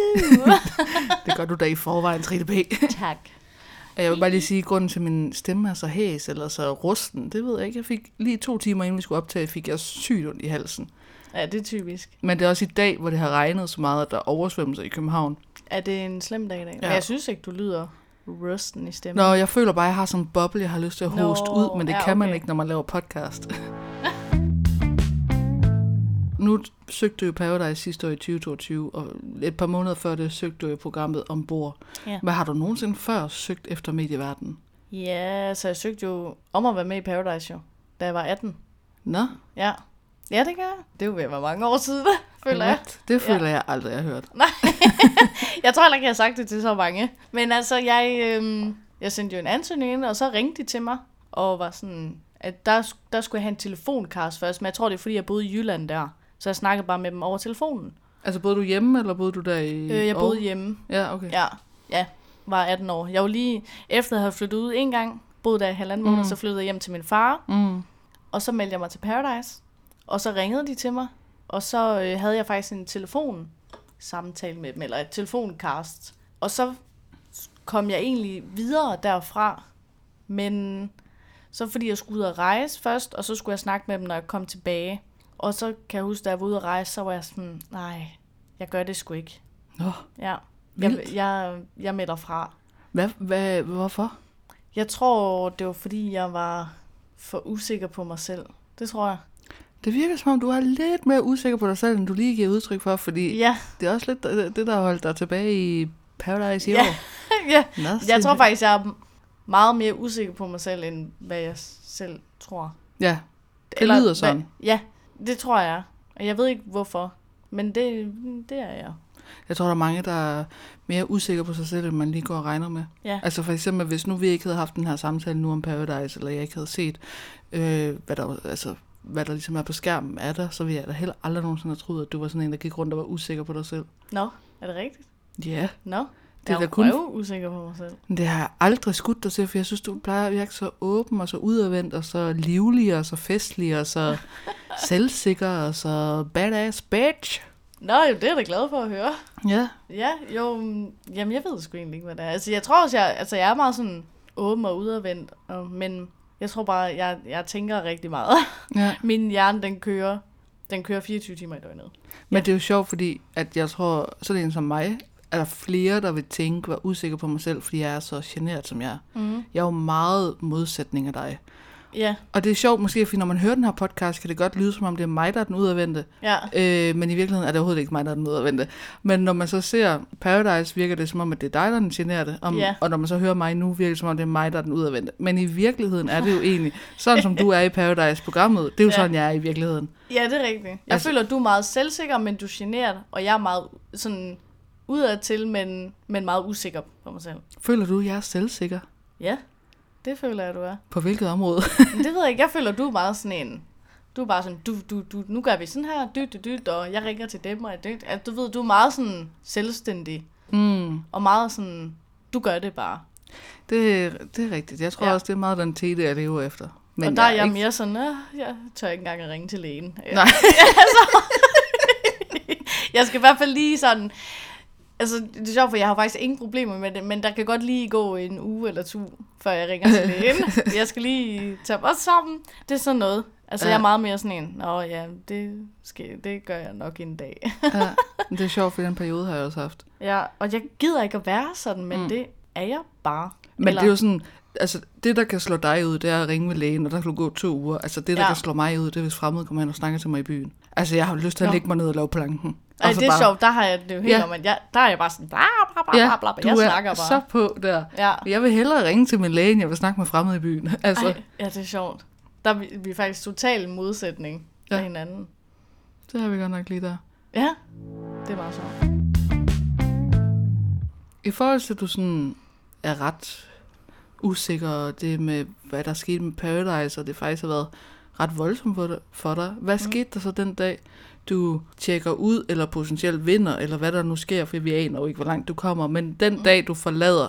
[SPEAKER 1] det gør du da i forvejen, 3DB.
[SPEAKER 2] tak.
[SPEAKER 1] Jeg vil bare lige sige, at grunden til, at min stemme er så hæs eller så rusten, det ved jeg ikke. Jeg fik lige to timer, inden vi skulle optage, fik jeg sygt ondt i halsen.
[SPEAKER 2] Ja, det er typisk.
[SPEAKER 1] Men det er også i dag, hvor det har regnet så meget, at der er oversvømmelser i København.
[SPEAKER 2] Er det en slem dag i dag? Ja.
[SPEAKER 1] Ja.
[SPEAKER 2] Men jeg synes ikke, du lyder rusten i stemmen.
[SPEAKER 1] Nå, jeg føler bare, at jeg har sådan en boble, jeg har lyst til at
[SPEAKER 2] Nå,
[SPEAKER 1] hoste ud, men det
[SPEAKER 2] ja,
[SPEAKER 1] kan man
[SPEAKER 2] okay. Mm.
[SPEAKER 1] ikke, når man laver podcast. nu søgte du jo Paradise sidste år i 2022, og et par måneder før det søgte du jo programmet Ombord.
[SPEAKER 2] Ja.
[SPEAKER 1] Hvad har du nogensinde før søgt efter medieverdenen?
[SPEAKER 2] Ja, så jeg søgte jo om at være med i Paradise jo, da jeg var 18.
[SPEAKER 1] Nå,
[SPEAKER 2] Ja, ja det gør jeg. Det er jo ved at være mange år siden, føler jeg.
[SPEAKER 1] what? det føler jeg aldrig, jeg har hørt.
[SPEAKER 2] Jeg tror heller ikke, jeg har sagt det til så mange. Men altså, jeg, øhm, jeg sendte jo en ansøgning ind, og så ringte de til mig, og var sådan, at der, der skulle jeg have en telefonkast først, men jeg tror, det er fordi, jeg boede i Jylland der. Så jeg snakkede bare med dem over telefonen.
[SPEAKER 1] Altså, boede du hjemme, eller boede du der i...
[SPEAKER 2] Øh, jeg boede
[SPEAKER 1] Aarhus?
[SPEAKER 2] hjemme.
[SPEAKER 1] Ja, okay. Ja.
[SPEAKER 2] Ja, ja, var 18 år. Jeg var lige, efter jeg havde flyttet ud en gang, boede der i halvanden måned, så flyttede jeg hjem til min far.
[SPEAKER 1] Mm.
[SPEAKER 2] Og så meldte jeg mig til Paradise. Og så ringede de til mig. Og så øh, havde jeg faktisk en telefon samtale med dem, eller et telefoncast. Og så kom jeg egentlig videre derfra. Men så fordi jeg skulle ud og rejse først, og så skulle jeg snakke med dem, når jeg kom tilbage. Og så kan jeg huske, da jeg var ude at rejse, så var jeg sådan, nej, jeg gør det sgu ikke.
[SPEAKER 1] Nå,
[SPEAKER 2] Ja, jeg,
[SPEAKER 1] Vildt.
[SPEAKER 2] jeg, jeg melder fra.
[SPEAKER 1] hvad, hvad, hvorfor?
[SPEAKER 2] Jeg tror, det var fordi, jeg var for usikker på mig selv. Det tror jeg.
[SPEAKER 1] Det virker som om, du er lidt mere usikker på dig selv, end du lige giver udtryk for, fordi ja.
[SPEAKER 2] Ja.
[SPEAKER 1] det er også lidt øh, det, der har holdt dig tilbage i Paradise i
[SPEAKER 2] Ja.
[SPEAKER 1] år.
[SPEAKER 2] ja.
[SPEAKER 1] Nå,
[SPEAKER 2] Jeg
[SPEAKER 1] sindssygt.
[SPEAKER 2] tror faktisk, jeg er meget mere usikker på mig selv, end hvad jeg selv tror.
[SPEAKER 1] Ja, det
[SPEAKER 2] Eller
[SPEAKER 1] lyder
[SPEAKER 2] hvad-
[SPEAKER 1] sådan.
[SPEAKER 2] Ja, det tror jeg. Og jeg ved ikke, hvorfor. Men det, det er jeg.
[SPEAKER 1] Jeg tror, der er mange, der er mere usikre på sig selv, end man lige går og regner med.
[SPEAKER 2] Ja.
[SPEAKER 1] Altså for eksempel, hvis nu vi ikke havde haft den her samtale nu om Paradise, eller jeg ikke havde set, øh, hvad, der, altså, hvad der ligesom er på skærmen af dig, så ville jeg da heller aldrig nogensinde have troet, at du var sådan en, der gik rundt og var usikker på dig selv.
[SPEAKER 2] Nå, er det rigtigt?
[SPEAKER 1] Ja. Yeah.
[SPEAKER 2] Nå,
[SPEAKER 1] Det er
[SPEAKER 2] jeg er
[SPEAKER 1] da kun-
[SPEAKER 2] jo usikker på mig selv.
[SPEAKER 1] Men Det har jeg aldrig skudt dig til, for jeg synes, du plejer at virke så åben og så udadvendt og så livlig og så festlig og så selvsikker og så badass bitch.
[SPEAKER 2] Nå, jo, det er jeg da glad for at høre.
[SPEAKER 1] Ja,
[SPEAKER 2] Ja, jo, mm, jamen jeg ved sgu egentlig ikke, hvad det er. Altså, jeg tror også, jeg, altså, jeg er meget sådan åben og udadvendt, og, men jeg tror bare, jeg, jeg tænker rigtig meget.
[SPEAKER 1] ja.
[SPEAKER 2] Min hjerne, den kører, den kører 24 timer i døgnet.
[SPEAKER 1] Men det er jo sjovt, fordi at jeg tror, sådan en som mig, er der flere, der vil tænke, være usikker på mig selv, fordi jeg er så generet, som jeg er. Mm. Jeg er jo meget modsætning af dig.
[SPEAKER 2] Ja,
[SPEAKER 1] Og det er sjovt måske, fordi når man hører den her podcast, kan det godt lyde, som om det er mig, der er den udadvendte.
[SPEAKER 2] ja.
[SPEAKER 1] Øh, men i virkeligheden er det overhovedet ikke mig, der er den udadvendte. Men når man så ser Paradise, virker det som om, at det er dig, der er den generede. Om,
[SPEAKER 2] Ja.
[SPEAKER 1] Og når man så hører mig nu, virker det som om, det er mig, der er den udadvendte. Men i virkeligheden er det jo egentlig, sådan som du er i Paradise-programmet, det er jo
[SPEAKER 2] Ja.
[SPEAKER 1] ja. sådan, jeg er i virkeligheden.
[SPEAKER 2] Ja, det er rigtigt. Jeg altså,
[SPEAKER 1] Altså-
[SPEAKER 2] føler, du er meget selvsikker, men du er generet, og jeg er meget sådan udadtil, men, men meget usikker på mig selv.
[SPEAKER 1] Føler du, jeg er selvsikker?
[SPEAKER 2] Ja, det føler jeg, du er.
[SPEAKER 1] På hvilket område?
[SPEAKER 2] Men det ved jeg ikke. Jeg føler, du er meget sådan en... Du er bare sådan, du, du, du, nu gør vi sådan her, dyt, dyt, dyt, og jeg ringer til dem, og jeg dyt. Altså, du ved, du er meget sådan selvstændig,
[SPEAKER 1] mm,
[SPEAKER 2] og meget sådan, du gør det bare.
[SPEAKER 1] det, det er rigtigt. Jeg tror
[SPEAKER 2] Ja.
[SPEAKER 1] ja. også, det er meget den tete, jeg lever efter.
[SPEAKER 2] Men og der er jeg
[SPEAKER 1] ikke-
[SPEAKER 2] mere sådan, "Åh, jeg tør ikke engang at ringe til lægen. Ja. altså.
[SPEAKER 1] Nej.
[SPEAKER 2] Jeg skal i hvert fald lige sådan... Altså, det er sjovt, for jeg har faktisk ingen problemer med det, men der kan godt lige gå en uge eller to, før jeg ringer til lægen. Jeg skal lige tage mig sammen. Det er sådan noget. Altså, ja.
[SPEAKER 1] Ja.
[SPEAKER 2] jeg er meget mere sådan en, nå ja, det, sker, det gør jeg nok en dag.
[SPEAKER 1] ja, men det er sjovt, for den periode har jeg også haft.
[SPEAKER 2] Ja, og jeg gider ikke at være sådan, men mm. det er jeg bare.
[SPEAKER 1] Men Eller... det er jo sådan, altså, det, der kan slå dig ud, det er at ringe ved lægen, og der kan du gå to uger. Altså, det, der
[SPEAKER 2] Ja.
[SPEAKER 1] ja. kan slå mig ud, det er, hvis fremmede kommer hen og snakker til mig i byen. Altså, jeg har lyst til at
[SPEAKER 2] Nå.
[SPEAKER 1] lægge mig ned og lave planken.
[SPEAKER 2] Ej,
[SPEAKER 1] og så
[SPEAKER 2] det er
[SPEAKER 1] altså bare-
[SPEAKER 2] sjovt, der har jeg det jo helt
[SPEAKER 1] Ja.
[SPEAKER 2] om, at jeg, der er jeg bare sådan, bla bla bla
[SPEAKER 1] Ja,
[SPEAKER 2] bla, bla, bla.
[SPEAKER 1] du
[SPEAKER 2] jeg
[SPEAKER 1] er
[SPEAKER 2] snakker bare.
[SPEAKER 1] så på der.
[SPEAKER 2] Ja.
[SPEAKER 1] Jeg vil hellere ringe til min læge, end jeg vil snakke med fremmede i byen. Altså,
[SPEAKER 2] Ej, ja, det er sjovt. Der er vi, vi er faktisk total modsætning ja. af
[SPEAKER 1] Ja.
[SPEAKER 2] hinanden.
[SPEAKER 1] det har vi godt nok lige der.
[SPEAKER 2] Ja, det er meget sjovt.
[SPEAKER 1] I forhold til, at du sådan er ret usikker, og det med, hvad der skete med Paradise, og det faktisk har været ret voldsomt for dig- for dig. Hvad mm. skete der så den dag, du tjekker ud, eller potentielt vinder, eller hvad der nu sker, for vi aner jo ikke, hvor langt du kommer, men den mm. dag, du forlader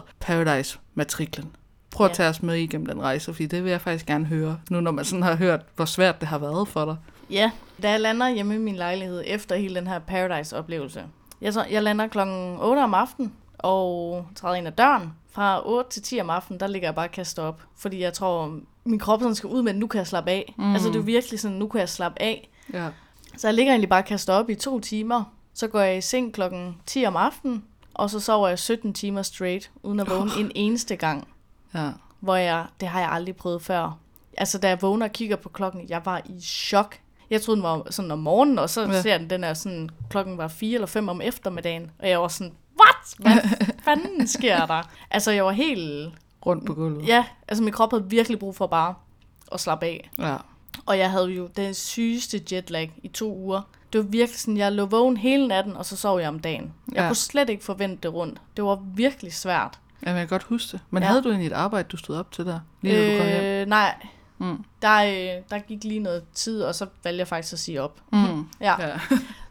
[SPEAKER 1] Paradise-matriklen. Prøv at
[SPEAKER 2] Ja.
[SPEAKER 1] tage os med igennem den rejse, fordi det vil jeg faktisk gerne høre, nu når man sådan har hørt, hvor svært det har været for dig.
[SPEAKER 2] Ja, da jeg lander hjemme i min lejlighed efter hele den her Paradise-oplevelse. Jeg, så, jeg lander klokken 8 om aftenen og træder ind ad døren. Fra 8 til 10 om aftenen, der ligger jeg bare kastet op. Fordi jeg tror, min krop sådan skal ud med, nu kan jeg slappe af. Mm. Altså det er jo virkelig sådan, nu kan jeg slappe af.
[SPEAKER 1] Ja.
[SPEAKER 2] Så jeg ligger egentlig bare kastet op i to timer. Så går jeg i seng klokken 10 om aftenen, og så sover jeg 17 timer straight, uden at vågne oh. en eneste gang.
[SPEAKER 1] Ja.
[SPEAKER 2] hvor jeg, det har jeg aldrig prøvet før. Altså, da jeg vågner og kigger på klokken, jeg var i chok. Jeg troede, den var sådan om morgenen, og så ja.
[SPEAKER 1] Ja.
[SPEAKER 2] ser den, den er sådan, klokken var fire eller fem om eftermiddagen, og jeg var sådan, what? Hvad fanden sker der? Altså, jeg var helt,
[SPEAKER 1] Rundt på gulvet.
[SPEAKER 2] ja, altså min krop havde virkelig brug for bare at slappe af.
[SPEAKER 1] Ja.
[SPEAKER 2] Og jeg havde jo den sygeste jetlag i to uger. Det var virkelig sådan, jeg lå vågen hele natten, og så sov jeg om dagen. Jeg ja.
[SPEAKER 1] Ja.
[SPEAKER 2] kunne slet ikke forvente det rundt. Det var virkelig svært.
[SPEAKER 1] Jamen, jeg kan godt huske det. Men
[SPEAKER 2] Ja.
[SPEAKER 1] ja. havde du egentlig et arbejde, du stod op til der, lige øh... du kom hjem?
[SPEAKER 2] Øh, nej.
[SPEAKER 1] Mm.
[SPEAKER 2] Der, øh, der gik lige noget tid, og så valgte jeg faktisk at sige op.
[SPEAKER 1] Mm.
[SPEAKER 2] Ja. ja.
[SPEAKER 1] Ja.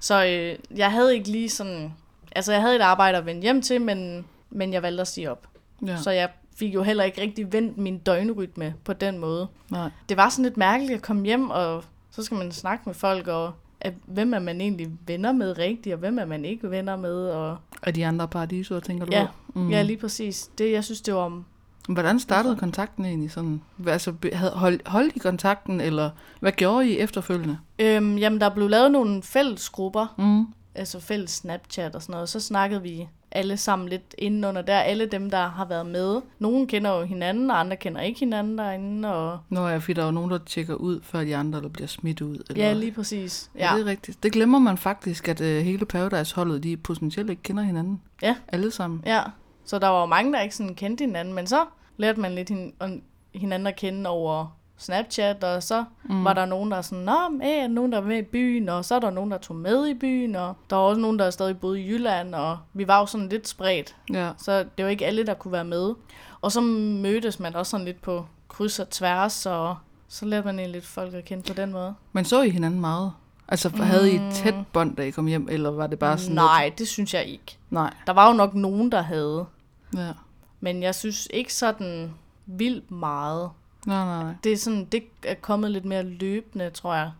[SPEAKER 2] Så øh, jeg havde ikke lige sådan... Altså, jeg havde et arbejde at vende hjem til, men, men jeg valgte at sige op.
[SPEAKER 1] ja.
[SPEAKER 2] Ja. Så jeg fik jo heller ikke rigtig vendt min døgnrytme på den måde.
[SPEAKER 1] Nej.
[SPEAKER 2] Det var sådan lidt mærkeligt at komme hjem, og så skal man snakke med folk, og at, hvem er man egentlig venner med rigtigt, og hvem er man ikke venner med, og...
[SPEAKER 1] Og de andre paradisoer, tænker du
[SPEAKER 2] Ja,
[SPEAKER 1] på?
[SPEAKER 2] mm. ja lige præcis. Det, jeg synes, det var
[SPEAKER 1] Hvordan startede kontakten egentlig sådan? Hvad- Altså, be- havde- hold, holdt I kontakten, eller hvad gjorde I efterfølgende?
[SPEAKER 2] Øhm, jamen, der blev lavet nogle fælles grupper,
[SPEAKER 1] Mm.
[SPEAKER 2] altså fælles Snapchat og sådan noget. Så snakkede vi alle sammen lidt indenunder der, alle dem, der har været med. Nogle kender jo hinanden, og andre kender ikke hinanden derinde. Og...
[SPEAKER 1] Nå ja, fordi der er jo nogen, der tjekker ud, før de andre, der bliver smidt ud. Eller...
[SPEAKER 2] Ja, lige præcis.
[SPEAKER 1] Ja.
[SPEAKER 2] Ja.
[SPEAKER 1] Det er rigtigt. Det glemmer man faktisk, at øh, hele Paradise-holdet, de potentielt ikke kender hinanden.
[SPEAKER 2] Ja.
[SPEAKER 1] Alle sammen.
[SPEAKER 2] ja. Så der var jo mange, der ikke sådan kendte hinanden, men så lærte man lidt hin- on- hinanden at kende over Snapchat, og så mm. var der nogen, der sådan, Nå, men, hey, er der nogen, der er med i byen, og så er der nogen, der tog med i byen, og der var også nogen, der stadig boede i Jylland, og vi var jo sådan lidt spredt.
[SPEAKER 1] Ja.
[SPEAKER 2] Så det var ikke alle, der kunne være med. Og så mødtes man også sådan lidt på kryds og tværs, og så lærte man egentlig lidt folk at kende på den måde.
[SPEAKER 1] Men så I hinanden meget? Altså, havde I et tæt bånd, da I kom hjem, eller var det bare sådan Lidt...
[SPEAKER 2] Mm. Nej, det synes jeg ikke.
[SPEAKER 1] Nej.
[SPEAKER 2] Der var jo nok nogen, der havde,
[SPEAKER 1] Ja.
[SPEAKER 2] men jeg synes ikke sådan vildt meget.
[SPEAKER 1] Nej, nej, nej.
[SPEAKER 2] Det er, sådan, det er kommet lidt mere løbende, tror jeg.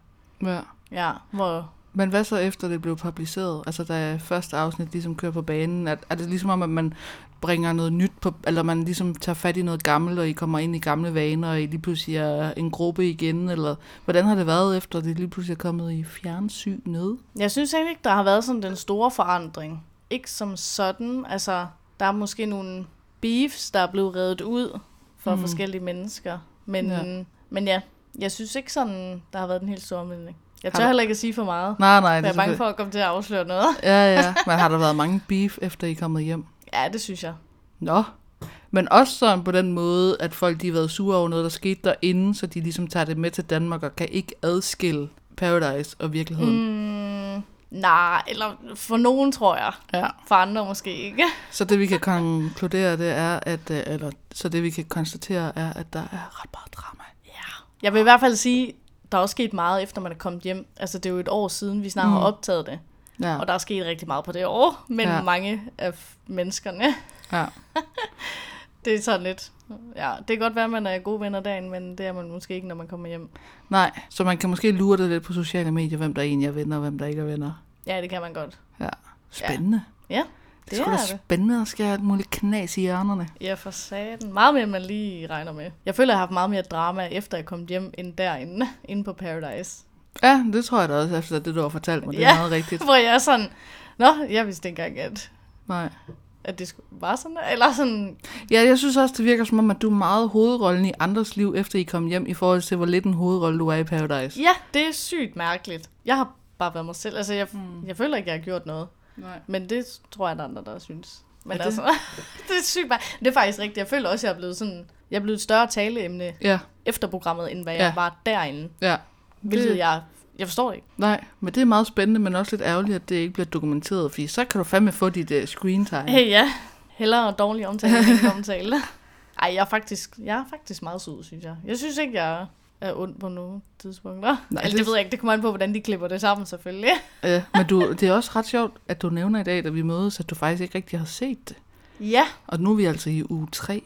[SPEAKER 1] Ja.
[SPEAKER 2] Ja, hvor...
[SPEAKER 1] Men hvad så efter det blev publiceret? Altså da første afsnit ligesom kører på banen, er, er det ligesom om, at man bringer noget nyt på, eller man ligesom tager fat i noget gammelt, og I kommer ind i gamle vaner, og I lige pludselig er en gruppe igen, eller hvordan har det været efter, det lige pludselig er kommet i fjernsynet?
[SPEAKER 2] Jeg synes egentlig ikke, der har været sådan den store forandring. Ikke som sådan. Altså, der er måske nogle beefs, der er blevet reddet ud for mm. forskellige mennesker. Men ja.
[SPEAKER 1] Ja.
[SPEAKER 2] men ja, jeg synes ikke sådan, der har været den helt store omvendning. Jeg
[SPEAKER 1] Har
[SPEAKER 2] tør
[SPEAKER 1] der-
[SPEAKER 2] heller ikke at sige for meget.
[SPEAKER 1] Nej, nej.
[SPEAKER 2] Jeg er bange for at komme til at afsløre noget.
[SPEAKER 1] Ja, ja. Men har der været mange beef, efter I er kommet hjem?
[SPEAKER 2] Ja, det synes jeg.
[SPEAKER 1] Nå. Men også sådan på den måde, at folk de har været sure over noget, der skete derinde, så de ligesom tager det med til Danmark og kan ikke adskille Paradise og virkeligheden. Mm.
[SPEAKER 2] Hmm, Nej, eller for nogen tror jeg.
[SPEAKER 1] Ja.
[SPEAKER 2] For andre måske ikke.
[SPEAKER 1] Så det vi kan konkludere, det er, at, øh, eller så det vi kan konstatere er, at der er ret meget drama.
[SPEAKER 2] Jeg vil i hvert fald sige, der er også sket meget, efter man er kommet hjem. Altså, det er jo et år siden, vi snart mm. har optaget det.
[SPEAKER 1] Ja,
[SPEAKER 2] Og der er sket rigtig meget på det år, men ja.
[SPEAKER 1] Ja.
[SPEAKER 2] mange af f- menneskerne.
[SPEAKER 1] ja.
[SPEAKER 2] Det er sådan lidt... Ja, det kan godt være, at man er gode venner dagen, men det er man måske ikke, når man kommer hjem.
[SPEAKER 1] Nej, så man kan måske lure det lidt på sociale medier, hvem der egentlig er venner, og hvem der ikke er venner.
[SPEAKER 2] Ja, det kan man godt.
[SPEAKER 1] Ja. Spændende. Ja.
[SPEAKER 2] Ja,
[SPEAKER 1] Det
[SPEAKER 2] det
[SPEAKER 1] er sgu
[SPEAKER 2] er
[SPEAKER 1] da
[SPEAKER 2] det.
[SPEAKER 1] spændende at skære alt muligt knas i hjørnerne.
[SPEAKER 2] Ja, for satan. Meget mere, end man lige regner med. Jeg føler, jeg har haft meget mere drama, efter jeg kom hjem, end derinde, inde på Paradise.
[SPEAKER 1] Ja, det tror jeg da også, efter det du har fortalt mig. Det er
[SPEAKER 2] Ja.
[SPEAKER 1] meget rigtigt.
[SPEAKER 2] Hvor jeg er sådan... Nå, jeg vidste ikke engang, at
[SPEAKER 1] Nej.
[SPEAKER 2] at det skulle- var sådan, eller sådan,
[SPEAKER 1] Ja, jeg synes også, det virker som om, at du er meget hovedrollen i andres liv, efter I kom hjem, i forhold til, hvor lidt en hovedrolle du er i Paradise.
[SPEAKER 2] ja, det er sygt mærkeligt. Jeg har bare været mig selv, altså jeg,
[SPEAKER 1] Hmm.
[SPEAKER 2] mm. jeg føler ikke, jeg har gjort noget,
[SPEAKER 1] Nej.
[SPEAKER 2] men det tror jeg, der er andre, der synes. Men
[SPEAKER 1] Er det-
[SPEAKER 2] det? altså, det er sygt mærkeligt. Det er faktisk rigtigt, jeg føler også, jeg er blevet sådan, jeg er blevet et større taleemne
[SPEAKER 1] Ja,
[SPEAKER 2] efter programmet, end hvad
[SPEAKER 1] Ja.
[SPEAKER 2] jeg var derinde,
[SPEAKER 1] ja.
[SPEAKER 2] hvilket jeg, jeg forstår det ikke.
[SPEAKER 1] Nej, men det er meget spændende, men også lidt ærgerligt, at det ikke bliver dokumenteret, fordi så kan du fandme få dit uh, screen time.
[SPEAKER 2] Hey, ja. Hellere dårlig omtale end ingen omtale. Ej, jeg er, faktisk, jeg er faktisk meget sød, synes jeg. Jeg synes ikke, jeg er ond på nogen tidspunkter. Nej, Eller, det
[SPEAKER 1] det-
[SPEAKER 2] ved jeg ikke. Det kommer an på, hvordan de klipper det sammen, selvfølgelig.
[SPEAKER 1] Øh, men du, det er også ret sjovt, at du nævner i dag, da vi mødes, at du faktisk ikke rigtig har set det.
[SPEAKER 2] Ja,
[SPEAKER 1] Og nu er vi altså i uge 3.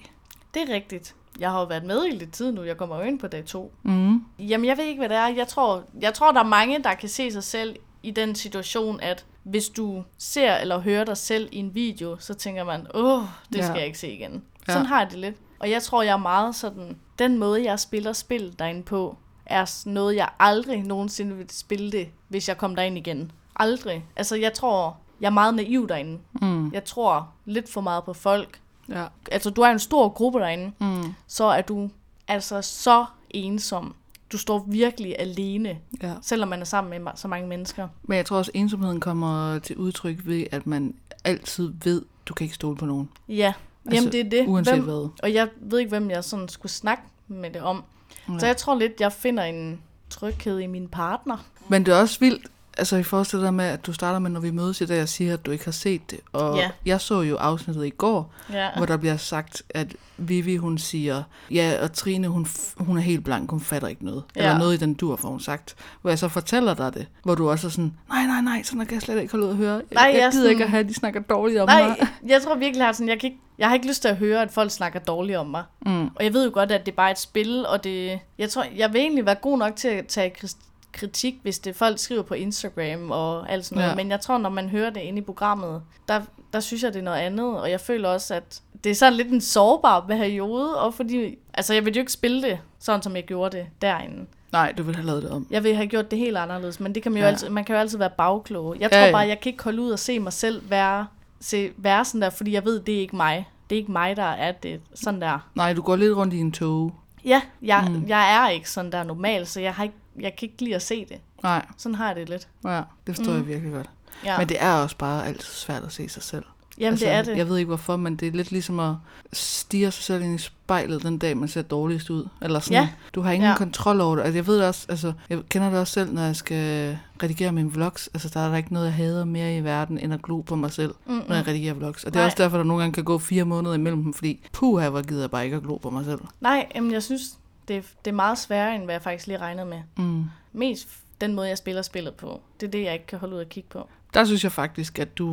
[SPEAKER 2] det er rigtigt. Jeg har jo været med i lidt tid nu. Jeg kommer jo ind på dag to.
[SPEAKER 1] Mm.
[SPEAKER 2] Jamen, jeg ved ikke, hvad det er. Jeg tror, jeg tror, der er mange, der kan se sig selv i den situation, at hvis du ser eller hører dig selv i en video, så tænker man, åh, det
[SPEAKER 1] Ja.
[SPEAKER 2] skal jeg ikke se igen.
[SPEAKER 1] Ja.
[SPEAKER 2] Sådan har jeg det lidt. Og jeg tror, jeg er meget sådan, den måde, jeg spiller spil derinde på, er s- noget, jeg aldrig nogensinde ville spille det, hvis jeg kom derind igen. Aldrig. Altså, jeg tror, jeg er meget naiv derinde.
[SPEAKER 1] Mm.
[SPEAKER 2] Jeg tror lidt for meget på folk.
[SPEAKER 1] Ja.
[SPEAKER 2] Altså, du er en stor gruppe derinde
[SPEAKER 1] Mm.
[SPEAKER 2] så er du altså så ensom. Du står virkelig alene,
[SPEAKER 1] ja.
[SPEAKER 2] selvom man er sammen med ma- så mange mennesker.
[SPEAKER 1] Men jeg tror også, at ensomheden kommer til udtryk ved, at man altid ved, du kan ikke stole på nogen.
[SPEAKER 2] Ja,
[SPEAKER 1] Altså,
[SPEAKER 2] altså, jamen det er det.
[SPEAKER 1] Uanset
[SPEAKER 2] hvem,
[SPEAKER 1] hvad.
[SPEAKER 2] Og jeg ved ikke, hvem jeg sådan skulle snakke med det om.
[SPEAKER 1] Ja.
[SPEAKER 2] Ja. Så jeg tror lidt, jeg finder en tryghed i min partner.
[SPEAKER 1] Men det er også vildt, altså i forhold til det der med, at du starter med, når vi mødes i dag, og siger, at du ikke har set det. Og
[SPEAKER 2] Ja.
[SPEAKER 1] jeg så jo afsnittet i går,
[SPEAKER 2] Ja.
[SPEAKER 1] hvor der bliver sagt, at Vivi, hun siger, ja, og Trine, hun, f- hun er helt blank, hun fatter ikke noget. Ja. Eller
[SPEAKER 2] Ja.
[SPEAKER 1] noget i den dur, får hun sagt. Hvor jeg så fortæller dig det, hvor du også er sådan, nej, nej, nej, sådan kan jeg slet ikke holde ud at høre. Jeg,
[SPEAKER 2] Nej,
[SPEAKER 1] jeg,
[SPEAKER 2] jeg
[SPEAKER 1] gider
[SPEAKER 2] er sådan-
[SPEAKER 1] ikke at have, at de snakker dårligt om mig.
[SPEAKER 2] Nej, jeg tror virkelig, jeg har, sådan, jeg, kan ikke, jeg har ikke lyst til at høre, at folk snakker dårligt om mig.
[SPEAKER 1] Mm.
[SPEAKER 2] Og jeg ved jo godt, at det er bare et spil, og det, jeg, tror, jeg vil egentlig være god nok til at tage kris- kritik, hvis det folk skriver på Instagram og alt sådan noget.
[SPEAKER 1] Ja.
[SPEAKER 2] Ja. Men jeg tror, når man hører det inde i programmet, der, der synes jeg, det er noget andet. Og jeg føler også, at det er sådan lidt en sårbar periode. Og fordi, altså, jeg ville jo ikke spille det, sådan som jeg gjorde det derinde.
[SPEAKER 1] Nej, du vil have lavet det om.
[SPEAKER 2] Jeg ville have gjort det helt anderledes, men det kan man, jo
[SPEAKER 1] Ja.
[SPEAKER 2] ja. altid, man kan jo altid være bagklog. Jeg
[SPEAKER 1] Ja,
[SPEAKER 2] tror
[SPEAKER 1] ja.
[SPEAKER 2] bare, jeg kan ikke holde ud og se mig selv være, se, være sådan der, fordi jeg ved, det er ikke mig. Det er ikke mig, der er det. Sådan der.
[SPEAKER 1] Nej, du går lidt rundt i en tog.
[SPEAKER 2] Ja, jeg, mm. jeg er ikke sådan der normal, så jeg, har ikke, jeg kan ikke lide at se det.
[SPEAKER 1] Nej,
[SPEAKER 2] Sådan har jeg det lidt.
[SPEAKER 1] ja, det forstår mm. jeg virkelig godt.
[SPEAKER 2] Ja.
[SPEAKER 1] Ja. Men det er også bare altid svært at se sig selv.
[SPEAKER 2] Jamen, altså, det er det.
[SPEAKER 1] Jeg ved ikke hvorfor, men det er lidt ligesom at stige sig selv ind i spejlet den dag, man ser dårligst ud. Eller sådan,
[SPEAKER 2] Ja.
[SPEAKER 1] du har ingen ja.
[SPEAKER 2] Ja.
[SPEAKER 1] kontrol over det. Altså, jeg ved det også, altså, jeg kender det også selv, når jeg skal redigere mine vlogs. Altså, der er der ikke noget, jeg hader mere i verden, end at glo på mig selv, mm-hmm. når jeg redigerer vlogs. Og det er
[SPEAKER 2] Nej.
[SPEAKER 1] også derfor, der nogle gange kan gå fire måneder imellem dem, fordi puha, hvor gider jeg bare ikke at glo på mig selv.
[SPEAKER 2] Nej, jamen, jeg synes, det, er- det er meget sværere, end hvad jeg faktisk lige regnede med.
[SPEAKER 1] Mm.
[SPEAKER 2] Mest f- den måde, jeg spiller spillet på. Det er det, jeg ikke kan holde ud at kigge på.
[SPEAKER 1] Der synes jeg faktisk, at du,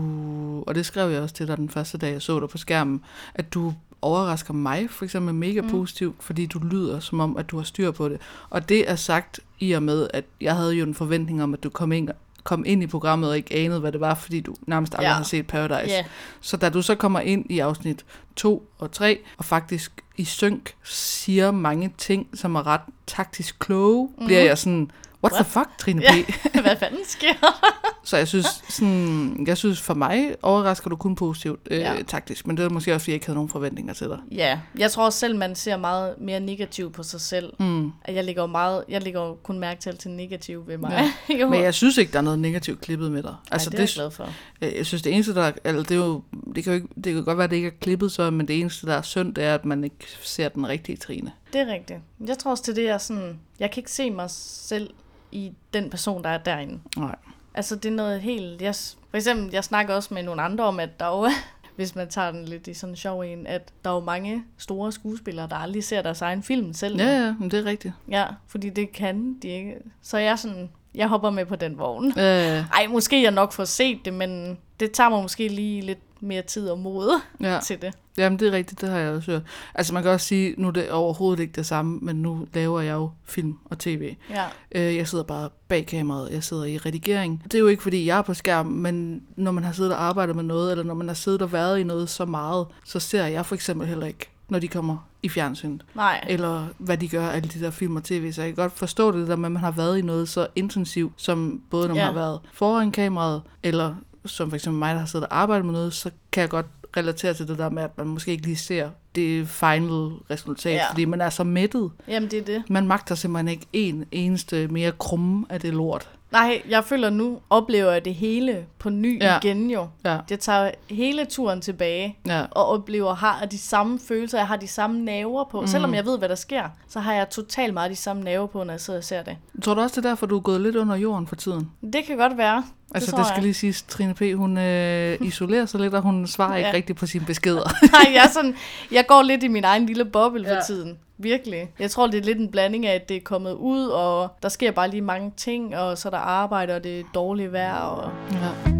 [SPEAKER 1] og det skrev jeg også til dig den første dag, jeg så dig på skærmen, at du overrasker mig for eksempel mega mm. positivt, fordi du lyder som om, at du har styr på det. Og det er sagt i og med, at jeg havde jo en forventning om, at du kom ind, kom ind i programmet og ikke anede, hvad det var, fordi du nærmest aldrig ja.
[SPEAKER 2] Ja.
[SPEAKER 1] har set Paradise.
[SPEAKER 2] Ja.
[SPEAKER 1] Så da du så kommer ind i afsnit 2 og 3, og faktisk i synk siger mange ting, som er ret taktisk kloge, mm. bliver jeg sådan, what the fuck, Trine P?
[SPEAKER 2] Ja. hvad fanden sker der?
[SPEAKER 1] Så jeg synes, sådan, jeg synes for mig overrasker du kun positivt øh, ja.
[SPEAKER 2] Ja.
[SPEAKER 1] taktisk, men det er måske også, fordi jeg ikke havde nogen forventninger til dig.
[SPEAKER 2] Ja, jeg tror også selv, man ser meget mere negativt på sig selv.
[SPEAKER 1] Mm.
[SPEAKER 2] At jeg ligger jo meget, jeg ligger jo kun mærke til alt det negative ved mig.
[SPEAKER 1] Ja.
[SPEAKER 2] Ja. jo.
[SPEAKER 1] Men jeg synes ikke, der er noget negativt klippet med dig.
[SPEAKER 2] altså,
[SPEAKER 1] Altså,
[SPEAKER 2] Ej, det er jeg
[SPEAKER 1] det, øh,
[SPEAKER 2] glad for.
[SPEAKER 1] jeg, jeg synes, det eneste, der er, eller det, er jo, det, kan jo ikke, det kan godt være, at det ikke er klippet så, men det eneste, der er synd, det er, at man ikke ser den rigtige Trine.
[SPEAKER 2] Det er rigtigt. Jeg tror også, det er det, jeg sådan... Jeg kan ikke se mig selv i den person, der er derinde.
[SPEAKER 1] Nej.
[SPEAKER 2] Altså, det er noget helt... Jeg, s- for eksempel, jeg snakker også med nogle andre om, at der jo, hvis man tager den lidt i sådan en sjov en, at der er jo mange store skuespillere, der aldrig ser deres egen film selv.
[SPEAKER 1] Ja, ja, men det er rigtigt.
[SPEAKER 2] ja fordi det kan de ikke. Så jeg er sådan... Jeg hopper med på den vogn.
[SPEAKER 1] Øh,
[SPEAKER 2] Ej, måske jeg nok får set det, men det tager mig måske lige lidt mere tid og mod
[SPEAKER 1] ja.
[SPEAKER 2] ja. til det.
[SPEAKER 1] Jamen, det er rigtigt, det har jeg også hørt. Altså, man kan også sige, nu er det overhovedet ikke det samme, men nu laver jeg jo film og tv.
[SPEAKER 2] Ja.
[SPEAKER 1] Øh, Jeg sidder bare bag kameraet, jeg sidder i redigering. Det er jo ikke, fordi jeg er på skærm, men når man har siddet og arbejdet med noget, eller når man har siddet og været i noget så meget, så ser jeg for eksempel heller ikke, når de kommer i fjernsynet,
[SPEAKER 2] Nej.
[SPEAKER 1] eller hvad de gør, alle de der film og tv. Så jeg kan godt forstå det der med, at man har været i noget så intensivt, som både når man
[SPEAKER 2] Ja.
[SPEAKER 1] har været foran kameraet, eller som for eksempel mig, der har siddet og arbejdet med noget, så kan jeg godt relatere til det der med, at man måske ikke lige ser det final resultat,
[SPEAKER 2] Ja.
[SPEAKER 1] ja. fordi man er så mættet.
[SPEAKER 2] Jamen, det er det.
[SPEAKER 1] Man magter simpelthen ikke en eneste mere krumme af det lort.
[SPEAKER 2] Nej, jeg føler nu, oplever jeg det hele på ny ja.
[SPEAKER 1] Ja.
[SPEAKER 2] igen jo.
[SPEAKER 1] Ja,
[SPEAKER 2] Jeg tager hele turen tilbage
[SPEAKER 1] ja,
[SPEAKER 2] og oplever, har jeg de samme følelser, jeg har de samme naver
[SPEAKER 1] Mhm.
[SPEAKER 2] på. Mm. Selvom jeg ved, hvad der sker, så har jeg totalt meget de samme naver på, når jeg sidder og ser det.
[SPEAKER 1] Tror du også, det er derfor, du er gået lidt under jorden for tiden?
[SPEAKER 2] Det kan godt være.
[SPEAKER 1] Altså,
[SPEAKER 2] tror
[SPEAKER 1] det, det skal
[SPEAKER 2] jeg.
[SPEAKER 1] lige siges, Trine P., hun øh, isolerer sig lidt, og hun svarer ikke
[SPEAKER 2] Ja.
[SPEAKER 1] rigtigt på sine beskeder.
[SPEAKER 2] Nej, jeg, er sådan, jeg går lidt i min egen lille boble for
[SPEAKER 1] Ja.
[SPEAKER 2] tiden. Virkelig. Jeg tror, det er lidt en blanding af, at det er kommet ud, og der sker bare lige mange ting, og så er der arbejde, og det er dårligt vejr. Og...
[SPEAKER 1] ja.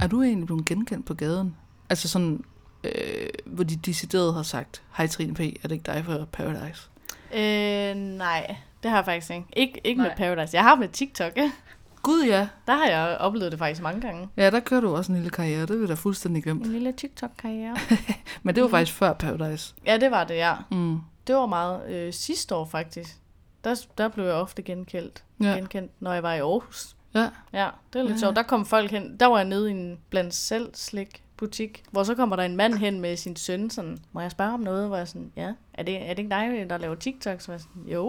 [SPEAKER 1] Er du egentlig blevet genkendt på gaden? Altså sådan, øh, hvor de decideret har sagt, hej Trine P., er det ikke dig fra Paradise?
[SPEAKER 2] Øh, nej, det har jeg faktisk ikke. Ikke, ikke med
[SPEAKER 1] Nej.
[SPEAKER 2] Paradise. Jeg har med TikTok.
[SPEAKER 1] Gud ja.
[SPEAKER 2] Der har jeg oplevet det faktisk mange gange.
[SPEAKER 1] Ja, der kører du også en lille karriere, det vil da fuldstændig glemt.
[SPEAKER 2] En lille TikTok-karriere.
[SPEAKER 1] Men
[SPEAKER 2] Mhm.
[SPEAKER 1] det var faktisk før Paradise.
[SPEAKER 2] ja, det var det, ja.
[SPEAKER 1] Mm.
[SPEAKER 2] Det var meget øh, sidste år faktisk. Der, der blev jeg ofte genkendt, ja.
[SPEAKER 1] Ja,
[SPEAKER 2] genkendt, når jeg var i Aarhus.
[SPEAKER 1] ja.
[SPEAKER 2] Ja, det var lidt ja.
[SPEAKER 1] Ja.
[SPEAKER 2] sjovt. Der kom folk hen. Der var jeg nede i en blandt selv slik butik, hvor så kommer der en mand hen med sin søn, sådan, må jeg spørge om noget? Hvor jeg sådan, ja, er det, er det ikke dig, der laver TikToks? Så var jeg sådan, jo.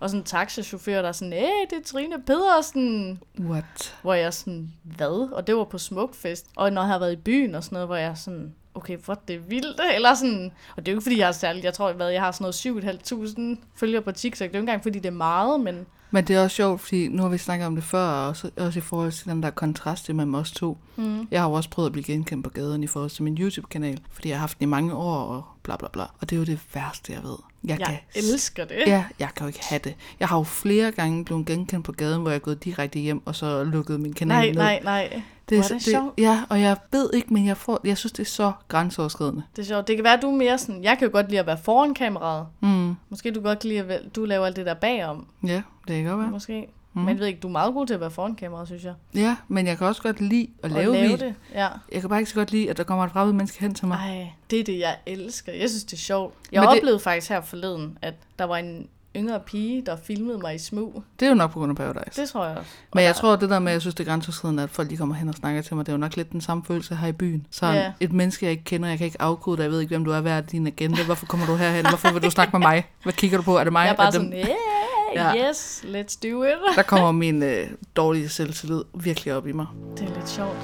[SPEAKER 2] og sådan en taxachauffør, der er sådan, æh, det er Trine Pedersen.
[SPEAKER 1] What?
[SPEAKER 2] Hvor jeg sådan, hvad? Og det var på Smukfest. Og når jeg har været i byen og sådan noget, hvor jeg sådan, okay, hvor det er vildt. Eller sådan, og det er jo ikke, fordi jeg har særligt, jeg tror, hvad, jeg har sådan noget 7.500 følgere på TikTok. Det er jo ikke engang, fordi det er meget, men
[SPEAKER 1] Men det er også sjovt, fordi nu har vi snakket om det før, og også, også i forhold til den der kontrast imellem os to. Mm. Jeg har jo også prøvet at blive genkendt på gaden i forhold til min YouTube-kanal, fordi jeg har haft den i mange år og bla bla bla. Og det er jo det værste, jeg ved. Jeg,
[SPEAKER 2] jeg
[SPEAKER 1] kan
[SPEAKER 2] elsker det.
[SPEAKER 1] Ja, jeg kan jo ikke have det. Jeg har jo flere gange blevet genkendt på gaden, hvor jeg er gået direkte hjem og så lukket min kanal
[SPEAKER 2] Nej,
[SPEAKER 1] ned.
[SPEAKER 2] nej, nej.
[SPEAKER 1] Det, er,
[SPEAKER 2] Hvor er
[SPEAKER 1] så-
[SPEAKER 2] det sjovt.
[SPEAKER 1] Ja, og jeg ved ikke, men jeg, får, jeg synes, det er så grænseoverskridende.
[SPEAKER 2] Det er sjovt. Det kan være, at du er mere sådan, jeg kan jo godt lide at være foran kameraet.
[SPEAKER 1] Mm.
[SPEAKER 2] Måske du godt kan lide, at vel- du laver alt det der bagom.
[SPEAKER 1] Ja, det kan godt
[SPEAKER 2] Ja.
[SPEAKER 1] være.
[SPEAKER 2] Måske. Mm. Men jeg ved ikke, du er meget god til at være foran kameraet, synes jeg.
[SPEAKER 1] Ja, men jeg kan også godt lide at lave,
[SPEAKER 2] og Mm. lave
[SPEAKER 1] video.
[SPEAKER 2] det. Ja.
[SPEAKER 1] Jeg kan bare ikke så godt lide, at der kommer et fremmed menneske hen til mig.
[SPEAKER 2] Ej, det er det, jeg elsker. Jeg synes, det er sjovt. Jeg
[SPEAKER 1] Men
[SPEAKER 2] Men
[SPEAKER 1] det-
[SPEAKER 2] oplevede det... faktisk her forleden, at der var en yngre pige, der filmede mig i smug.
[SPEAKER 1] Det er jo nok på grund af Paradise.
[SPEAKER 2] Det tror jeg også.
[SPEAKER 1] Men jeg tror, det der med, at jeg synes, det er grænseoverskridende, at folk lige kommer hen og snakker til mig, det er jo nok lidt den samme følelse her i byen. Så
[SPEAKER 2] Ja.
[SPEAKER 1] yeah. et menneske, jeg ikke kender, jeg kan ikke afkode dig, jeg ved ikke, hvem du er, hvad er din agenda, hvorfor kommer du herhen, hvorfor vil du snakke med mig, hvad kigger du på, er det mig?
[SPEAKER 2] jeg er bare
[SPEAKER 1] er det
[SPEAKER 2] sådan, yeah, ja.
[SPEAKER 1] Ja.
[SPEAKER 2] yes, let's do it.
[SPEAKER 1] Der kommer min øh, dårlige selvtillid virkelig op i mig.
[SPEAKER 2] Det er lidt sjovt.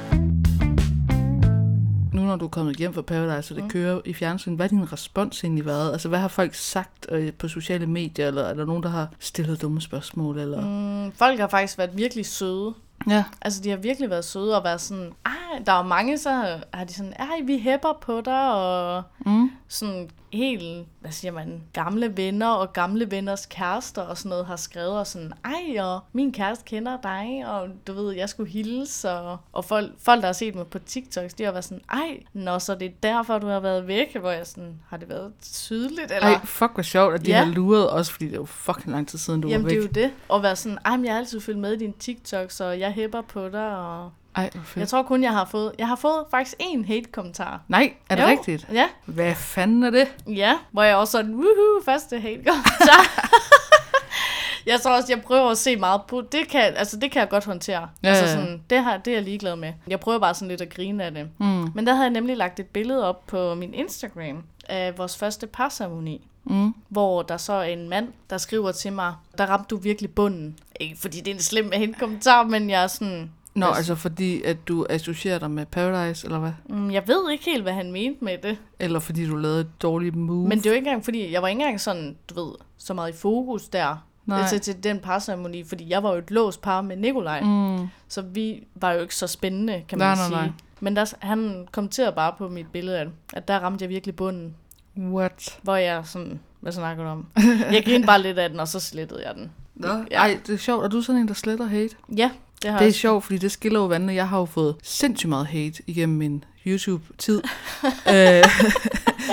[SPEAKER 1] Nu når du er kommet hjem fra Paradise, og det
[SPEAKER 2] Mm.
[SPEAKER 1] mm. kører i fjernsyn, hvad har din respons egentlig været? Altså, hvad har folk sagt øh, på sociale medier, eller er der nogen, der har stillet dumme spørgsmål? Eller? Mm.
[SPEAKER 2] Mm, folk har faktisk været virkelig søde.
[SPEAKER 1] Ja,
[SPEAKER 2] Altså, de har virkelig været søde og været sådan, ah, der er mange, så har de sådan, ej, vi hæpper på dig, og
[SPEAKER 1] mm.
[SPEAKER 2] sådan helt, hvad siger man, gamle venner og gamle venners kærester og sådan noget har skrevet, og sådan, ej, og min kæreste kender dig, og du ved, jeg skulle hilse, og, og folk, folk, der har set mig på TikTok, de har været sådan, ej, nå, så det er derfor, du har været væk, hvor jeg sådan, har det været tydeligt, eller?
[SPEAKER 1] Ej, fuck hvor sjovt, at de
[SPEAKER 2] Ja.
[SPEAKER 1] ja. har luret os, fordi det er jo fucking lang tid siden, du
[SPEAKER 2] Jamen,
[SPEAKER 1] var
[SPEAKER 2] det
[SPEAKER 1] væk.
[SPEAKER 2] er jo det. Og være sådan, ej, men jeg har altid følt med i din TikTok, så jeg hæpper på dig, og
[SPEAKER 1] Ej, hvor fedt.
[SPEAKER 2] Jeg tror kun, jeg har fået... Jeg har fået faktisk en hate-kommentar.
[SPEAKER 1] Nej, er det
[SPEAKER 2] Jo.
[SPEAKER 1] rigtigt?
[SPEAKER 2] Ja,
[SPEAKER 1] Hvad fanden er det?
[SPEAKER 2] ja. Hvor jeg også sådan, woohoo, første hate-kommentar. jeg tror også, jeg prøver at se meget på... Det kan, altså, det kan jeg godt håndtere.
[SPEAKER 1] Ja,
[SPEAKER 2] altså,
[SPEAKER 1] ja, ja.
[SPEAKER 2] sådan, det, har, det er jeg ligeglad med. Jeg prøver bare sådan lidt at grine af det.
[SPEAKER 1] Mm.
[SPEAKER 2] Men der havde jeg nemlig lagt et billede op på min Instagram af vores første parceremoni.
[SPEAKER 1] Mm.
[SPEAKER 2] Hvor der så er en mand, der skriver til mig, der ramte du virkelig bunden. Ikke fordi det er en slem hate-kommentar, men jeg er sådan...
[SPEAKER 1] Nå,
[SPEAKER 2] Altså-
[SPEAKER 1] altså. altså fordi, at du associerer dig med Paradise, eller hvad?
[SPEAKER 2] "Mm, Jeg ved ikke helt, hvad han mente med det.
[SPEAKER 1] Eller fordi du lavede et dårligt move?
[SPEAKER 2] Men det var ikke engang, fordi jeg var ikke engang sådan, du ved, så meget i fokus der.
[SPEAKER 1] Nej.
[SPEAKER 2] Altså til den parceremoni, fordi jeg var jo et låst par med Nikolaj. Mm.
[SPEAKER 1] Mm.
[SPEAKER 2] Så vi var jo ikke så spændende, kan man
[SPEAKER 1] Nej, nej,
[SPEAKER 2] sige.
[SPEAKER 1] nej.
[SPEAKER 2] Men der, han kommenterede bare på mit billede, at- at der ramte jeg virkelig bunden.
[SPEAKER 1] What?
[SPEAKER 2] Hvor jeg sådan, hvad snakker du om? Jeg grinede bare lidt af den, og så slettede jeg den.
[SPEAKER 1] Nå,
[SPEAKER 2] Ja.
[SPEAKER 1] ja. ej, det er sjovt. Er du sådan en, der sletter hate?
[SPEAKER 2] Ja, det har
[SPEAKER 1] Det er
[SPEAKER 2] jeg.
[SPEAKER 1] sjovt, fordi det skiller jo vandene. Jeg har jo fået sindssygt meget hate igennem min YouTube-tid. Øh,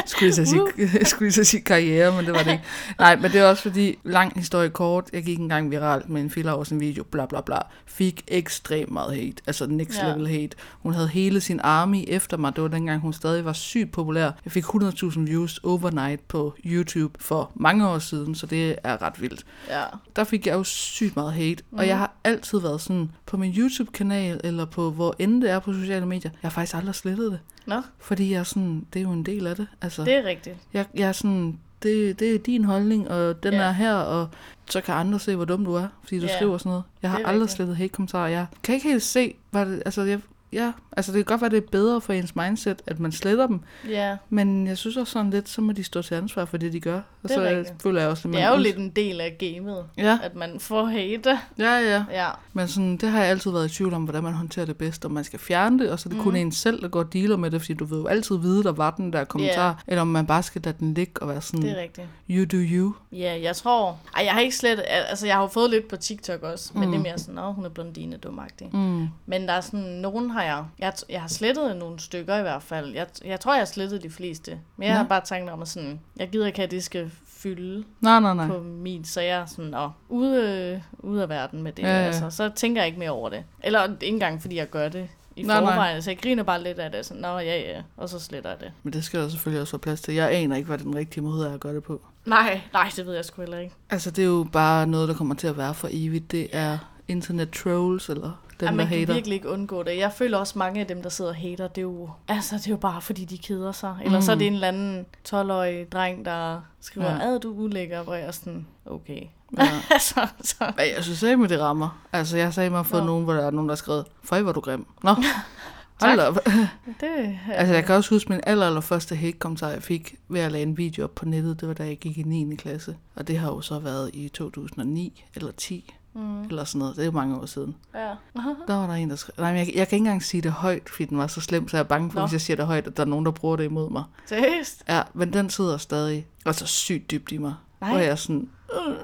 [SPEAKER 1] Skulle jeg så sige, skulle jeg så sige karriere, men det var det ikke. Nej, men det er også fordi, lang historie kort, jeg gik engang viralt med en filler over sin video, bla bla bla, fik ekstremt meget hate, altså next
[SPEAKER 2] Ja.
[SPEAKER 1] level hate. Hun havde hele sin army efter mig, det var dengang, hun stadig var sygt populær. Jeg fik 100.000 views overnight på YouTube for mange år siden, så det er ret vildt
[SPEAKER 2] Ja.
[SPEAKER 1] der fik jeg jo sygt meget hate. Mm. Og jeg har altid været sådan, på min YouTube-kanal, eller på hvor end det er på sociale medier, jeg har faktisk aldrig slettet det.
[SPEAKER 2] Nå,
[SPEAKER 1] Fordi jeg er sådan, det er jo en del af det. Altså,
[SPEAKER 2] det
[SPEAKER 1] det...
[SPEAKER 2] er rigtigt.
[SPEAKER 1] Jeg, jeg er sådan, det, det er din holdning, og den
[SPEAKER 2] Ja.
[SPEAKER 1] yeah. er her, og så kan andre se, hvor dum du er, fordi du
[SPEAKER 2] Ja.
[SPEAKER 1] yeah. skriver sådan noget. Jeg har
[SPEAKER 2] Det er
[SPEAKER 1] aldrig rigtigt.
[SPEAKER 2] rigtigt.
[SPEAKER 1] slettet hate-kommentarer. Jeg kan ikke helt se, hvad det, altså, jeg, ja, altså det kan godt være, det er bedre for ens mindset, at man sletter dem,
[SPEAKER 2] Ja,
[SPEAKER 1] men jeg synes også sådan lidt, så må de stå til ansvar for det, de gør. Og
[SPEAKER 2] Det er
[SPEAKER 1] så øh,
[SPEAKER 2] rigtigt.
[SPEAKER 1] føler jeg også, at
[SPEAKER 2] det
[SPEAKER 1] man
[SPEAKER 2] er jo
[SPEAKER 1] ud-
[SPEAKER 2] lidt en del af gamet,
[SPEAKER 1] Ja,
[SPEAKER 2] at man får hate.
[SPEAKER 1] ja, ja.
[SPEAKER 2] Ja,
[SPEAKER 1] Men sådan, det har jeg altid været i tvivl om, hvordan man håndterer det bedst, om man skal fjerne det, og så er det mm.
[SPEAKER 2] Mhm.
[SPEAKER 1] kun en selv, der går og dealer med det, fordi du vil jo altid vide, der var den der kommentar, yeah. eller om man bare skal lade den ligge og være
[SPEAKER 2] det er
[SPEAKER 1] sådan,
[SPEAKER 2] rigtigt.
[SPEAKER 1] you do you.
[SPEAKER 2] Ja, jeg tror... Ej, jeg har ikke slet... Altså, jeg har jo fået lidt på TikTok også, men det er mere sådan, at hun er blondine, dumagtig.
[SPEAKER 1] Mm.
[SPEAKER 2] Men der er sådan, nogen har jeg... Jeg, t- jeg har slettet nogle stykker i hvert fald. Jeg, jeg tror, jeg har slettet de fleste. Men jeg
[SPEAKER 1] Nå.
[SPEAKER 2] har bare tanken om, at sådan, jeg gider ikke, at det skal fylde
[SPEAKER 1] Nej, nej, nej.
[SPEAKER 2] på min, så jeg er sådan, og ude, ude af verden med det.
[SPEAKER 1] Ja,
[SPEAKER 2] Ja,
[SPEAKER 1] ja.
[SPEAKER 2] ja. Altså, så tænker jeg ikke mere over det. Eller ikke engang, fordi jeg gør det i
[SPEAKER 1] Nej, nej.
[SPEAKER 2] forvejen. Så jeg griner bare lidt af det, sådan, nå ja ja, og så sletter jeg det.
[SPEAKER 1] Men det skal der selvfølgelig også være plads til. Jeg aner ikke, hvad den rigtige måde er at gøre det på.
[SPEAKER 2] Nej, nej, det ved jeg sgu heller ikke.
[SPEAKER 1] Altså, det er jo bare noget, der kommer til at være for evigt. Det er internet trolls, eller dem,
[SPEAKER 2] Ej,
[SPEAKER 1] der
[SPEAKER 2] man kan
[SPEAKER 1] hater.
[SPEAKER 2] virkelig ikke undgå det. Jeg føler også, mange af dem, der sidder og hater, det er jo, altså, det er jo bare, fordi de keder sig. Eller mm. så er det en eller anden 12-årig dreng, der skriver,
[SPEAKER 1] Ja.
[SPEAKER 2] ja. ad du er ulækker, hvor jeg er sådan, okay.
[SPEAKER 1] Ja.
[SPEAKER 2] altså, så.
[SPEAKER 1] Ej, jeg synes ikke, det rammer. Altså, jeg sagde mig for
[SPEAKER 2] Nå.
[SPEAKER 1] nogen, hvor der er nogen, der har skrevet, for hvor er du grim. Nå, hold
[SPEAKER 2] Tak.
[SPEAKER 1] da op.
[SPEAKER 2] Det,
[SPEAKER 1] Altså, jeg kan også huske min aller, aller første hate-kommentar, jeg fik ved at lade en video op på nettet. Det var da jeg gik i 9. klasse. Og det har jo så været i 2009 eller 10 mm. eller sådan noget. Det er jo mange år siden.
[SPEAKER 2] ja.
[SPEAKER 1] Der var der en, der skrev... Nej, men jeg, jeg kan ikke engang sige det højt, fordi den var så slem, så jeg er bange for, Nå.
[SPEAKER 2] Nå.
[SPEAKER 1] hvis jeg siger det højt, at der er nogen, der bruger det imod mig.
[SPEAKER 2] Seriøst?
[SPEAKER 1] Ja, men den sidder stadig og så sygt dybt i mig.
[SPEAKER 2] Nej.
[SPEAKER 1] Hvor jeg er sådan... "Øh,"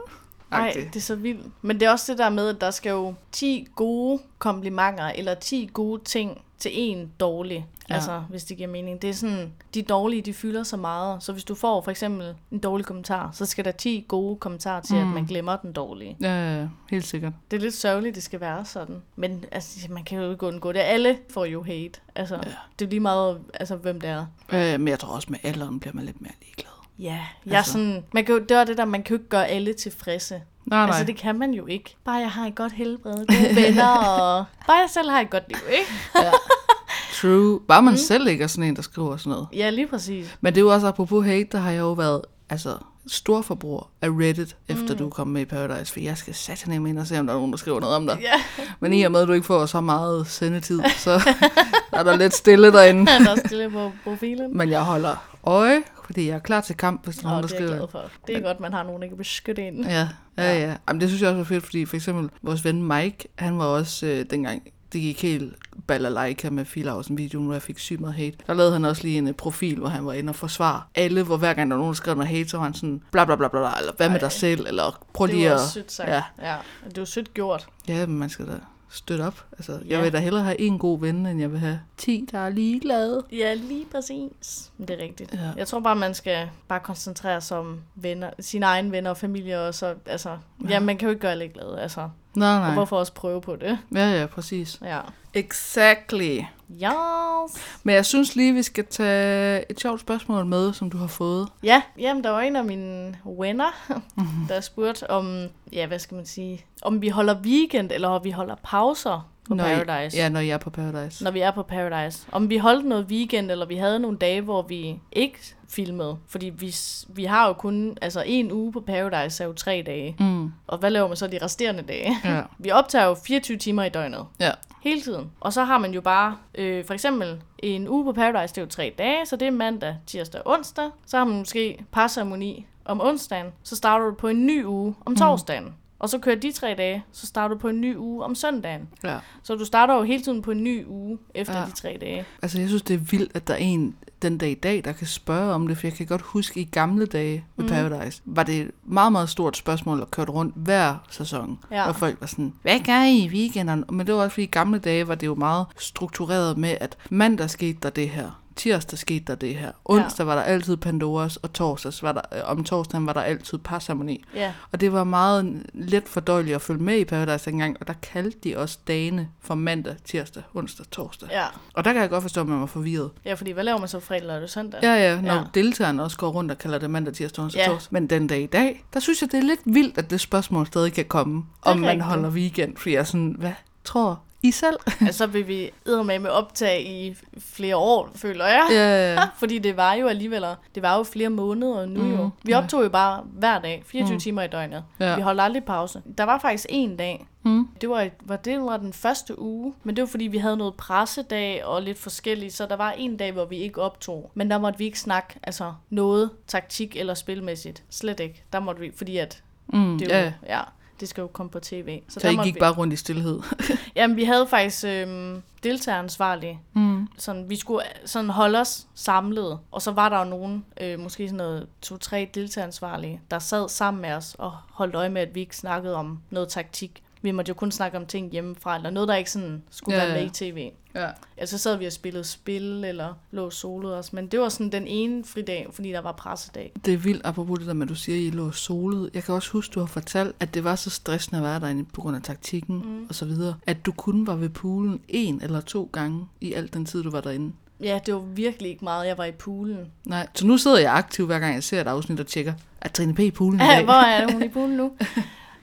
[SPEAKER 2] Nej,
[SPEAKER 1] agtig.
[SPEAKER 2] det er så vildt. Men det er også det der med, at der skal jo 10 gode komplimenter, eller 10 gode ting til en dårlig.
[SPEAKER 1] Ja.
[SPEAKER 2] Ja. Altså, hvis det giver mening. Det er sådan, de dårlige, de fylder så meget. Så hvis du får for eksempel en dårlig kommentar, så skal der 10 gode kommentarer til, mm. at man glemmer den dårlige.
[SPEAKER 1] Ja, ja, ja, helt sikkert.
[SPEAKER 2] Det er lidt sørgeligt, det skal være sådan. Men altså, man kan jo ikke undgå det. Alle får jo hate. Altså, ja. det er lige meget, altså, hvem det er.
[SPEAKER 1] Øh, men jeg tror også, med alderen bliver man lidt mere ligeglad.
[SPEAKER 2] Ja, jeg altså.
[SPEAKER 1] Altså.
[SPEAKER 2] er sådan, man kan jo, det er det der, man kan jo ikke gøre alle tilfredse.
[SPEAKER 1] Nej, nej.
[SPEAKER 2] Altså, det kan man jo ikke. Bare jeg har et godt helbred, gode venner, og bare jeg selv har et godt liv, ikke?
[SPEAKER 1] True. Bare man mm. selv ikke er sådan en, der skriver sådan noget.
[SPEAKER 2] Ja, lige præcis.
[SPEAKER 1] Men det er jo også apropos hate, der har jeg jo været altså, stor forbruger af Reddit, efter
[SPEAKER 2] Mm.
[SPEAKER 1] du kom med i Paradise, for jeg skal satanemme ind og se, om der er nogen, der skriver noget om dig.
[SPEAKER 2] Ja,
[SPEAKER 1] Men i og med, at du ikke får så meget sendetid, så er der lidt stille derinde.
[SPEAKER 2] der er stille på profilen.
[SPEAKER 1] Men jeg holder øje, fordi jeg er klar til kamp, hvis der er
[SPEAKER 2] Nå,
[SPEAKER 1] nogen, der
[SPEAKER 2] det er jeg
[SPEAKER 1] skriver.
[SPEAKER 2] glad for. Det er godt, man har nogen, der kan beskytte en.
[SPEAKER 1] Ja, ja, ja. Jamen, det synes jeg også var fedt, fordi for eksempel vores ven Mike, han var også øh, dengang, det gik helt balalaika med Filausen videoen, hvor jeg fik sygt meget hate. Der lavede han også lige en øh, profil, hvor han var inde og forsvare alle, hvor hver gang der var nogen, der skrev noget hate, så var han sådan, bla bla bla bla, bla, eller hvad med dig selv, eller prøv
[SPEAKER 2] Det
[SPEAKER 1] lige
[SPEAKER 2] var
[SPEAKER 1] at...
[SPEAKER 2] også sødt sagt.
[SPEAKER 1] Ja.
[SPEAKER 2] Ja. ja. og Det var sødt gjort.
[SPEAKER 1] Ja, men man skal da støtte op. Altså, jeg
[SPEAKER 2] Ja.
[SPEAKER 1] vil da hellere have en god ven, end jeg vil have 10, der er ligeglade.
[SPEAKER 2] Ja, lige præcis. Men Det er rigtigt.
[SPEAKER 1] Ja.
[SPEAKER 2] Ja. Jeg tror bare, man skal bare koncentrere sig om venner, sine egne venner og familie. Og så, altså, ja, man kan jo ikke gøre alle glade. Altså.
[SPEAKER 1] Nej,
[SPEAKER 2] Og
[SPEAKER 1] nej.
[SPEAKER 2] hvorfor også prøve på det?
[SPEAKER 1] Ja, ja, præcis.
[SPEAKER 2] Ja.
[SPEAKER 1] Exactly.
[SPEAKER 2] Yes.
[SPEAKER 1] Men jeg synes lige, vi skal tage et sjovt spørgsmål med, som du har fået.
[SPEAKER 2] Ja, jamen der var en af mine venner, der spurgte om, ja, hvad skal man sige, om vi holder weekend, eller om vi holder pauser på
[SPEAKER 1] Når I-
[SPEAKER 2] Paradise,
[SPEAKER 1] Ja, når jeg er på Paradise.
[SPEAKER 2] når vi er på Paradise. Om vi holdt noget weekend, eller vi havde nogle dage, hvor vi ikke filmede. Fordi vi, s- vi har jo kun, altså en uge på Paradise er jo tre dage.
[SPEAKER 1] Mm.
[SPEAKER 2] Og hvad laver man så de resterende dage?
[SPEAKER 1] Ja.
[SPEAKER 2] Vi optager jo 24 timer i døgnet.
[SPEAKER 1] Ja.
[SPEAKER 2] Hele tiden. Og så har man jo bare, øh, for eksempel en uge på Paradise, det er jo tre dage, så det er mandag, tirsdag og onsdag. Så har man måske parceremoni om onsdagen, så starter du på en ny uge
[SPEAKER 1] Mm.
[SPEAKER 2] om torsdagen. Og så kører de tre dage, så starter du på en ny uge om søndagen.
[SPEAKER 1] ja.
[SPEAKER 2] Så du starter jo hele tiden på en ny uge efter
[SPEAKER 1] Ja.
[SPEAKER 2] ja. de tre dage.
[SPEAKER 1] Altså, jeg synes, det er vildt, at der er en den dag i dag, der kan spørge om det, for jeg kan godt huske, i gamle dage
[SPEAKER 2] Mm.
[SPEAKER 1] med Paradise, var det et meget, meget stort spørgsmål, der kørte rundt hver sæson,
[SPEAKER 2] Ja.
[SPEAKER 1] hvor folk var sådan, hvad gør I i weekenderne? Men det var også, fordi i gamle dage var det jo meget struktureret med, at mandag skete der det her, tirsdag skete der det her. Onsdag var der altid Pandoras, og torsdags var der, øh, om torsdagen var der altid parceremoni.
[SPEAKER 2] Ja,
[SPEAKER 1] Og det var meget let fordøjeligt at følge med i Paradise dengang, og der kaldte de også dagene for mandag, tirsdag, onsdag, torsdag. Ja.
[SPEAKER 2] ja.
[SPEAKER 1] Og der kan jeg godt forstå, at man var forvirret.
[SPEAKER 2] ja fordi hvad laver man så fredag, lørdag og søndag?
[SPEAKER 1] Ja, ja, når
[SPEAKER 2] Ja.
[SPEAKER 1] ja. deltagerne også går rundt og kalder det mandag, tirsdag, onsdag,
[SPEAKER 2] Ja.
[SPEAKER 1] ja. torsdag. Men den dag i dag, der synes jeg, det er lidt vildt, at det spørgsmål stadig kan komme,
[SPEAKER 2] er
[SPEAKER 1] om man
[SPEAKER 2] rigtigt.
[SPEAKER 1] holder weekend. For jeg er sådan, hvad tror I selv?
[SPEAKER 2] Altså, så vil vi med med optag i flere år, føler jeg.
[SPEAKER 1] ja,
[SPEAKER 2] Fordi det var jo alligevel, det var jo flere måneder nu mm, jo. Vi optog jo bare hver dag, 24 mm. timer i døgnet.
[SPEAKER 1] Ja.
[SPEAKER 2] Vi holdt aldrig pause. Der var faktisk en dag,
[SPEAKER 1] Mm.
[SPEAKER 2] det var, var det var den første uge, men det var fordi, vi havde noget pressedag og lidt forskelligt, så der var en dag, hvor vi ikke optog. Men der måtte vi ikke snakke altså noget taktik eller spilmæssigt. Slet ikke. Der måtte vi, fordi at
[SPEAKER 1] mm,
[SPEAKER 2] det,
[SPEAKER 1] ja.
[SPEAKER 2] ja.
[SPEAKER 1] ja.
[SPEAKER 2] Jo, ja, det skal jo komme på tv.
[SPEAKER 1] Så
[SPEAKER 2] der
[SPEAKER 1] I
[SPEAKER 2] måtte
[SPEAKER 1] gik
[SPEAKER 2] vi,
[SPEAKER 1] bare rundt i stillhed.
[SPEAKER 2] Jamen, vi havde faktisk øhm, deltageransvarlige. Mm. Sådan, vi skulle øh, sådan holde os samlet. Og så var der jo nogen, øh, måske sådan noget to-tre deltageransvarlige, der sad sammen med os og holdt øje med, at vi ikke snakkede om noget taktik. Vi måtte jo kun snakke om ting hjemmefra, eller noget, der ikke sådan skulle
[SPEAKER 1] Ja,
[SPEAKER 2] være med
[SPEAKER 1] ja.
[SPEAKER 2] i tv.
[SPEAKER 1] ja.
[SPEAKER 2] Ja, så sad vi og spillede spil, eller lå solet os. Men det var sådan den ene fridag, fordi der var pressedag.
[SPEAKER 1] Det er vildt, apropos det der med, at du siger, at I lå solet. Jeg kan også huske, du har fortalt, at det var så stressende at være derinde på grund af taktikken mm. og så videre, at du kun var ved poolen en eller to gange i al den tid, du var derinde.
[SPEAKER 2] Ja, det var virkelig ikke meget, jeg var i poolen.
[SPEAKER 1] Nej, så nu sidder jeg aktiv, hver gang jeg ser et afsnit og tjekker, er Trine P. i poolen i
[SPEAKER 2] Ja,
[SPEAKER 1] dag?
[SPEAKER 2] hvor er hun i poolen nu?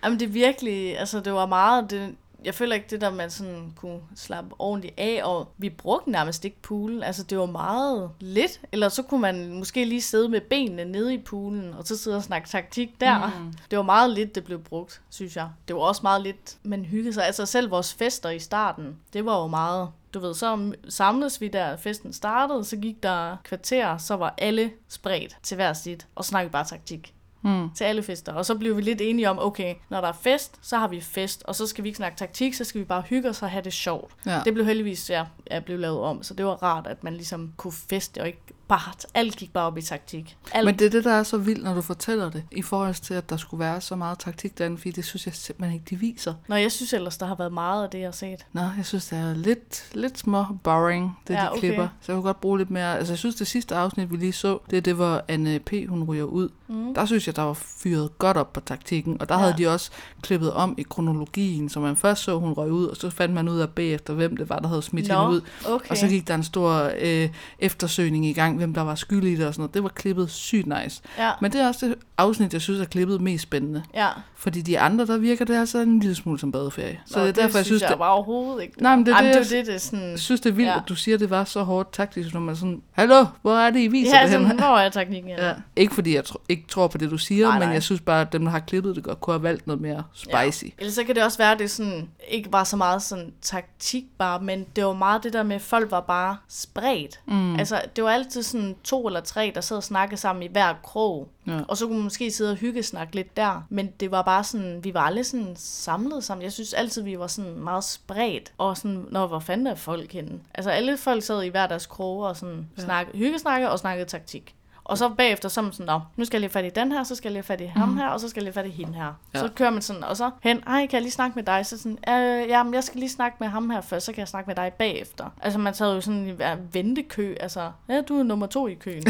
[SPEAKER 2] Jamen det er virkelig, altså det var meget, det, jeg føler ikke det der, man sådan kunne slappe ordentligt af, og vi brugte nærmest ikke poolen, altså det var meget lidt, eller så kunne man måske lige sidde med benene nede i poolen, og så sidde og snakke taktik der. Mm. Det var meget lidt, det blev brugt, synes jeg. Det var også meget lidt, man hyggede sig, altså selv vores fester i starten, det var jo meget, du ved, så samledes vi der, festen startede, så gik der kvarter, så var alle spredt til hver sit, og snakkede bare taktik
[SPEAKER 1] Mm.
[SPEAKER 2] til alle fester. Og så blev vi lidt enige om, okay, når der er fest, så har vi fest, og så skal vi ikke snakke taktik, så skal vi bare hygge os og have det sjovt.
[SPEAKER 1] Ja.
[SPEAKER 2] Det blev heldigvis ja, ja, blev lavet om, så det var rart, at man ligesom kunne feste og ikke bare, alt gik bare op i taktik. Alt,
[SPEAKER 1] Men det er det, der er så vildt, når du fortæller det, i forhold til, at der skulle være så meget taktik derinde, fordi det synes jeg simpelthen ikke, de viser.
[SPEAKER 2] Nå, jeg synes ellers, der har været meget af det, jeg har set.
[SPEAKER 1] Nå, jeg synes, det er lidt, lidt små boring, det
[SPEAKER 2] Ja,
[SPEAKER 1] ja, de
[SPEAKER 2] okay.
[SPEAKER 1] klipper. Så jeg kunne godt bruge lidt mere. Altså, jeg synes, det sidste afsnit, vi lige så, det er det, hvor Anne P. hun ryger ud. Mm. Der synes jeg, der var fyret godt op på taktikken. Og der ja. havde de også klippet om i kronologien, så man først så, hun røg ud, og så fandt man ud af bagefter, hvem det var, der havde smidt
[SPEAKER 2] Nå,
[SPEAKER 1] hende ud.
[SPEAKER 2] okay.
[SPEAKER 1] Og så gik der en stor øh, eftersøgning i gang, hvem der var skyldig i det og sådan noget. Det var klippet sygt nice.
[SPEAKER 2] Ja,
[SPEAKER 1] Men det er også det afsnit, jeg synes er klippet mest spændende.
[SPEAKER 2] ja.
[SPEAKER 1] Fordi de andre, der virker det altså en lille smule som badeferie. Så
[SPEAKER 2] Nå,
[SPEAKER 1] det er derfor, jeg
[SPEAKER 2] synes
[SPEAKER 1] synes,
[SPEAKER 2] jeg
[SPEAKER 1] det,
[SPEAKER 2] bare overhovedet ikke.
[SPEAKER 1] Nej, men det er
[SPEAKER 2] Jamen,
[SPEAKER 1] det,
[SPEAKER 2] det,
[SPEAKER 1] jeg-
[SPEAKER 2] er jo det, det er sådan...
[SPEAKER 1] jeg synes, det er vildt,
[SPEAKER 2] Mm. Ja.
[SPEAKER 1] ja. at du siger, at det var så hårdt taktisk, når man er sådan, hallo, hvor er det, I viser
[SPEAKER 2] Ja,
[SPEAKER 1] det henne?
[SPEAKER 2] sådan, hvor er teknikken? Ja.
[SPEAKER 1] Ja. Ikke fordi jeg tro, ikke tror på det, du siger,
[SPEAKER 2] Nej,
[SPEAKER 1] nej, men
[SPEAKER 2] nej.
[SPEAKER 1] jeg synes bare, at dem, der har klippet det, godt kunne have valgt noget mere spicy. Ja.
[SPEAKER 2] Ellers så kan det også være, at det sådan, ikke var så meget sådan taktik bare, men det var meget det der med, at folk var bare spredt. Mm. Altså, det var altid sådan to eller tre, der sad og snakkede sammen i hver krog.
[SPEAKER 1] Ja.
[SPEAKER 2] Og så kunne man måske sidde og hygge snakke lidt der. Men det var bare sådan, vi var aldrig sådan samlet sammen. Jeg synes altid, vi var sådan meget spredt. Og sådan, når hvor fanden er folk henne? Altså, alle folk sad i hver deres kroge og sådan ja. snakke, hyggesnakke og snakkede taktik. Og så bagefter så er man sådan, Nå, nu skal jeg lige have fat i den her, så skal jeg lige have fat i ham her, og så skal jeg lige have fat i hende her. Ja.
[SPEAKER 1] Mhm. Ja.
[SPEAKER 2] Så kører man sådan, og så hen, ej, kan jeg lige snakke med dig? Så sådan, øh, jamen, jeg skal lige snakke med ham her først, så kan jeg snakke med dig bagefter. Altså, man sad jo sådan i hver ventekø, altså, ja, du er nummer to i køen.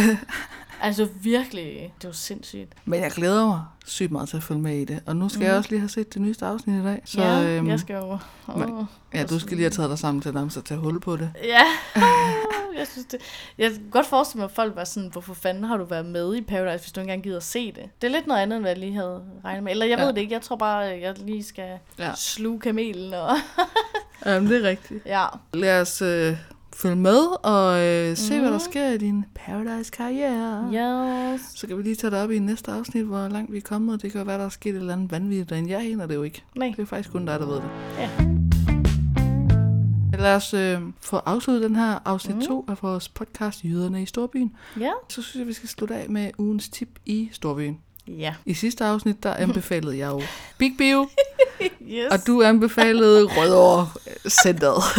[SPEAKER 2] altså, virkelig, det var sindssygt.
[SPEAKER 1] Men jeg glæder mig sygt meget til at følge med i det. Og nu skal mm. jeg også lige have set det nyeste afsnit i dag. Så
[SPEAKER 2] Mhm. ja,
[SPEAKER 1] øhm,
[SPEAKER 2] jeg skal jo... Åh.
[SPEAKER 1] ja, du skal lige have taget dig sammen til nærmest at tage hul på det.
[SPEAKER 2] Ja, jeg synes det. Jeg kan godt forestille mig, at folk var sådan, hvorfor fanden har du været med i Paradise, hvis du ikke engang gider at se det? Det er lidt noget andet, end hvad jeg lige havde regnet med. Eller jeg ja.
[SPEAKER 1] Ja.
[SPEAKER 2] ved det ikke, jeg tror bare, øh, jeg lige skal ja.
[SPEAKER 1] Ja.
[SPEAKER 2] sluge kamelen. Og...
[SPEAKER 1] Jamen, det er rigtigt.
[SPEAKER 2] ja.
[SPEAKER 1] Lad os øh, følge med og øh, se, mm. hvad der
[SPEAKER 2] Mhm.
[SPEAKER 1] sker i din Paradise-karriere.
[SPEAKER 2] Yes.
[SPEAKER 1] Så kan vi lige tage det op i næste afsnit, hvor langt vi er kommet. Det kan være, der er sket et eller andet vanvittigt derinde. Jeg aner det jo ikke.
[SPEAKER 2] Nej.
[SPEAKER 1] Det er faktisk kun dig, der ved det.
[SPEAKER 2] Ja.
[SPEAKER 1] Lad os øh, få afsluttet den her afsnit 2 af vores podcast Jyderne i Storbyen.
[SPEAKER 2] Ja.
[SPEAKER 1] Så synes jeg, vi skal slutte af med ugens tip i Storbyen.
[SPEAKER 2] Ja.
[SPEAKER 1] I sidste afsnit, der anbefalede jeg jo Big Bio,
[SPEAKER 2] Yes.
[SPEAKER 1] og du anbefalede Rødovre Centeret.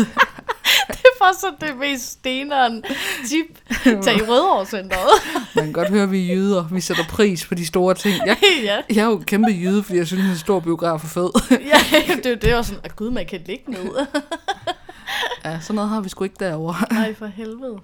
[SPEAKER 2] Det var så det mest steneren tip. Tag i Rødovrecenteret.
[SPEAKER 1] Man kan godt høre, at vi er jyder. Vi sætter pris på de store ting. Jeg,
[SPEAKER 2] ja.
[SPEAKER 1] jeg er jo en kæmpe jyde, fordi jeg synes, at en stor biograf er fed.
[SPEAKER 2] ja. Det, det var sådan, at gud, man kan ligge ned.
[SPEAKER 1] Ja, sådan noget har vi sgu ikke derovre.
[SPEAKER 2] Nej, for helvede.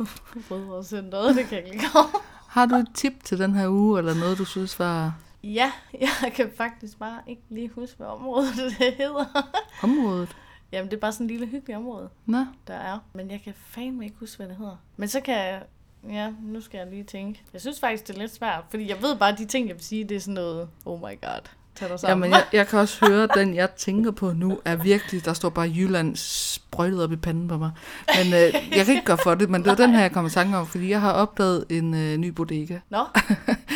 [SPEAKER 2] Rødovre Centeret, det kan jeg ikke komme.
[SPEAKER 1] Har du et tip til den her uge, eller noget, du synes var
[SPEAKER 2] Ja, jeg kan faktisk bare ikke lige huske, hvad området det hedder.
[SPEAKER 1] området?
[SPEAKER 2] Jamen, det er bare sådan en lille hyggelig område,
[SPEAKER 1] Nå,
[SPEAKER 2] der er. Men jeg kan fandme ikke huske, hvad det hedder. Men så kan jeg... Ja, nu skal jeg lige tænke. Jeg synes faktisk, det er lidt svært, fordi jeg ved bare, at de ting, jeg vil sige, det er sådan noget... Oh my god. Tag dig sammen.
[SPEAKER 1] Jamen, jeg, jeg kan også høre, at den, jeg tænker på nu, er virkelig, der står bare Jylland sprøjtet op i panden på mig. Men øh, jeg kan ikke gøre for det, men det var den her, jeg kom i tanke om, fordi jeg har opdaget en øh, ny bodega.
[SPEAKER 2] Nå,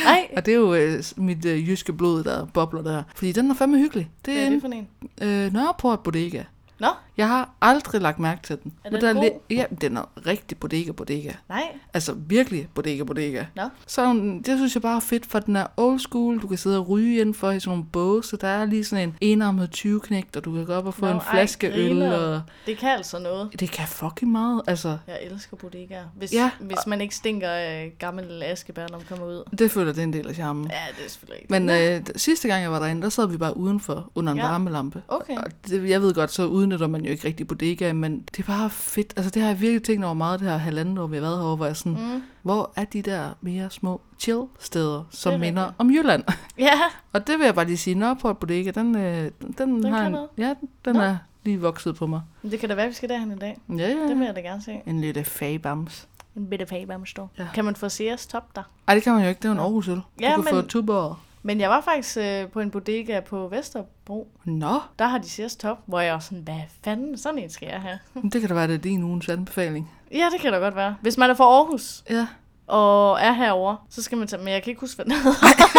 [SPEAKER 2] nej.
[SPEAKER 1] Og det er jo øh, mit øh, jyske blod, der bobler der. Fordi den er fandme hyggelig. Det
[SPEAKER 2] Hvad
[SPEAKER 1] er
[SPEAKER 2] er det
[SPEAKER 1] en
[SPEAKER 2] for en?
[SPEAKER 1] øh, Nørreport bodega.
[SPEAKER 2] Nå,
[SPEAKER 1] Jeg har aldrig lagt mærke til den.
[SPEAKER 2] Er
[SPEAKER 1] Men
[SPEAKER 2] den
[SPEAKER 1] der
[SPEAKER 2] god?
[SPEAKER 1] li- ja, den er rigtig bodega bodega.
[SPEAKER 2] nej.
[SPEAKER 1] Altså virkelig bodega bodega.
[SPEAKER 2] Nå.
[SPEAKER 1] Så mm, det synes jeg bare er fedt, for den er old school. Du kan sidde og ryge indenfor i sådan nogle båse. Der er lige sådan en enarmet 20 knægt, og du kan gå op og få
[SPEAKER 2] Nå,
[SPEAKER 1] Nå, en
[SPEAKER 2] ej,
[SPEAKER 1] flaske ej, øl.
[SPEAKER 2] griner.
[SPEAKER 1] Og...
[SPEAKER 2] Det kan altså noget.
[SPEAKER 1] Det kan fucking meget. Altså,
[SPEAKER 2] Jeg elsker bodegaer. Hvis, ja.
[SPEAKER 1] Ja.
[SPEAKER 2] hvis man ikke stinker af gammel askebær, når man kommer ud.
[SPEAKER 1] det føler det er en del af charmen.
[SPEAKER 2] Ja, det er selvfølgelig ikke.
[SPEAKER 1] Men øh, d- sidste gang jeg var derinde, der sad vi bare udenfor under en
[SPEAKER 2] Ja.
[SPEAKER 1] ja. varmelampe.
[SPEAKER 2] Okay.
[SPEAKER 1] Og det, jeg ved godt, så udnytter man jo ikke rigtig bodega, men det er bare fedt. Altså det har jeg virkelig tænkt over meget det her halvandet år, vi har været herovre, hvor jeg sådan,
[SPEAKER 2] Mm.
[SPEAKER 1] hvor er de der mere små chill-steder,
[SPEAKER 2] Det
[SPEAKER 1] som
[SPEAKER 2] er
[SPEAKER 1] minder
[SPEAKER 2] rigtigt.
[SPEAKER 1] om Jylland?
[SPEAKER 2] Ja,
[SPEAKER 1] Og det vil jeg bare lige sige, Nørreport Bodega, den, øh, den, den har
[SPEAKER 2] kan
[SPEAKER 1] en,
[SPEAKER 2] noget.
[SPEAKER 1] ja, den
[SPEAKER 2] Nå.
[SPEAKER 1] er lige vokset på mig.
[SPEAKER 2] men det kan da være, at vi skal derhen i dag.
[SPEAKER 1] Ja, ja.
[SPEAKER 2] Det vil jeg da gerne se.
[SPEAKER 1] En øh, lille fagbams.
[SPEAKER 2] Mhm. En bitte page, hvad man står.
[SPEAKER 1] Ja.
[SPEAKER 2] Kan man få Sears top der?
[SPEAKER 1] Ej, det kan man jo ikke, det er jo en Aarhus øl. Du
[SPEAKER 2] Ja,
[SPEAKER 1] kan
[SPEAKER 2] men-
[SPEAKER 1] få tuborg.
[SPEAKER 2] Men jeg var faktisk øh, på en bodega på Vesterbro.
[SPEAKER 1] Nå,
[SPEAKER 2] Der har de Sears top, hvor jeg var sådan, hvad fanden, sådan en skal jeg have.
[SPEAKER 1] men det kan da være, det er din ugens anbefaling.
[SPEAKER 2] Ja, det kan da godt være. Hvis man er fra Aarhus
[SPEAKER 1] Ja,
[SPEAKER 2] og er herover, så skal man tage, men jeg kan ikke huske, hvad den hedder.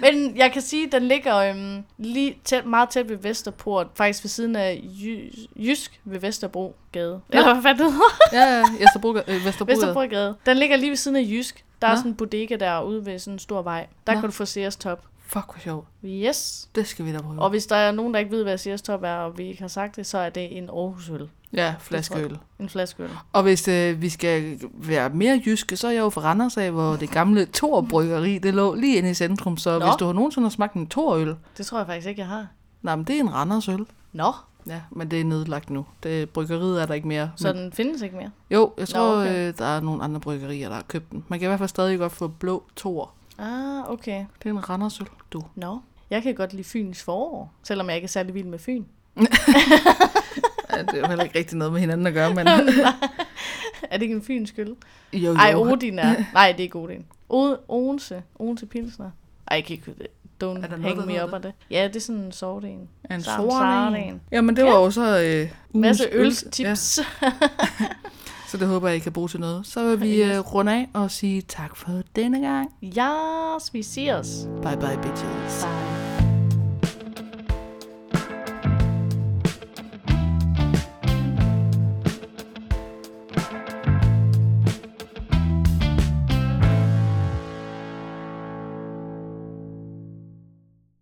[SPEAKER 2] Men jeg kan sige, at den ligger øhm, lige tæt, meget tæt ved Vesterport, faktisk ved siden af Jy- Jysk ved Vesterbro Gade. Eller hvad fanden det hedder?
[SPEAKER 1] ja, ja. Vesterbro, øh, Vesterbro, Vesterbro.
[SPEAKER 2] Vesterbrogade. Den ligger lige ved siden af Jysk. Der Nå. er
[SPEAKER 1] Nå.
[SPEAKER 2] sådan en bodega derude ved sådan en stor vej. Der Nå.
[SPEAKER 1] Nå.
[SPEAKER 2] kan du få Sears Top.
[SPEAKER 1] Fuck, hvor sjovt.
[SPEAKER 2] Yes.
[SPEAKER 1] Det skal vi da prøve.
[SPEAKER 2] Og hvis der er nogen, der ikke ved, hvad Sears Top er, og vi ikke har sagt det, så er det en Aarhusøl.
[SPEAKER 1] Ja, flaskeøl.
[SPEAKER 2] En flaskeøl.
[SPEAKER 1] Og hvis øh, vi skal være mere jyske, så er jeg jo fra Randers af, hvor det gamle Thor Bryggeri, det lå lige inde i centrum. Så
[SPEAKER 2] Nå.
[SPEAKER 1] Nå. hvis du har nogensinde har smagt en Thor-øl,
[SPEAKER 2] Det tror jeg faktisk ikke, jeg har.
[SPEAKER 1] nej, men det er en Randers øl.
[SPEAKER 2] Nå,
[SPEAKER 1] Ja, men det er nedlagt nu. Det, bryggeriet er der ikke mere.
[SPEAKER 2] så
[SPEAKER 1] men,
[SPEAKER 2] den findes ikke mere.
[SPEAKER 1] jo, jeg tror,
[SPEAKER 2] okay.
[SPEAKER 1] okay. øh, der er nogle andre bryggerier, der har købt den. Man kan i hvert fald stadig godt få blå tor.
[SPEAKER 2] Ah, okay.
[SPEAKER 1] Det er en randersøl, du.
[SPEAKER 2] Nå. Jeg kan godt lide Fyns forår, selvom jeg ikke er særlig vild med Fyn.
[SPEAKER 1] Ja, det er jo heller ikke rigtig noget med hinanden at gøre, men...
[SPEAKER 2] Er det ikke en Fyns skyld?
[SPEAKER 1] Jo, jo.
[SPEAKER 2] Ej, Odin er... Nej, det er ikke Odin. O- Odense. Odense Pilsner. Ej, jeg kan ikke... Don't
[SPEAKER 1] noget,
[SPEAKER 2] hang
[SPEAKER 1] der
[SPEAKER 2] me
[SPEAKER 1] hedder
[SPEAKER 2] up af det. Ja, det er sådan en sovdelen.
[SPEAKER 1] En
[SPEAKER 2] Sam-
[SPEAKER 1] sorning.
[SPEAKER 2] Sarning.
[SPEAKER 1] Jamen, det var jo så... Øh, ugens
[SPEAKER 2] Masse
[SPEAKER 1] øl-
[SPEAKER 2] ølstips. Ja.
[SPEAKER 1] Ja, så det håber jeg, I kan bruge til noget. Så vil vi øh, runde af og sige tak for denne gang.
[SPEAKER 2] Yes, vi ses.
[SPEAKER 1] Bye bye, bitches.
[SPEAKER 2] Bye.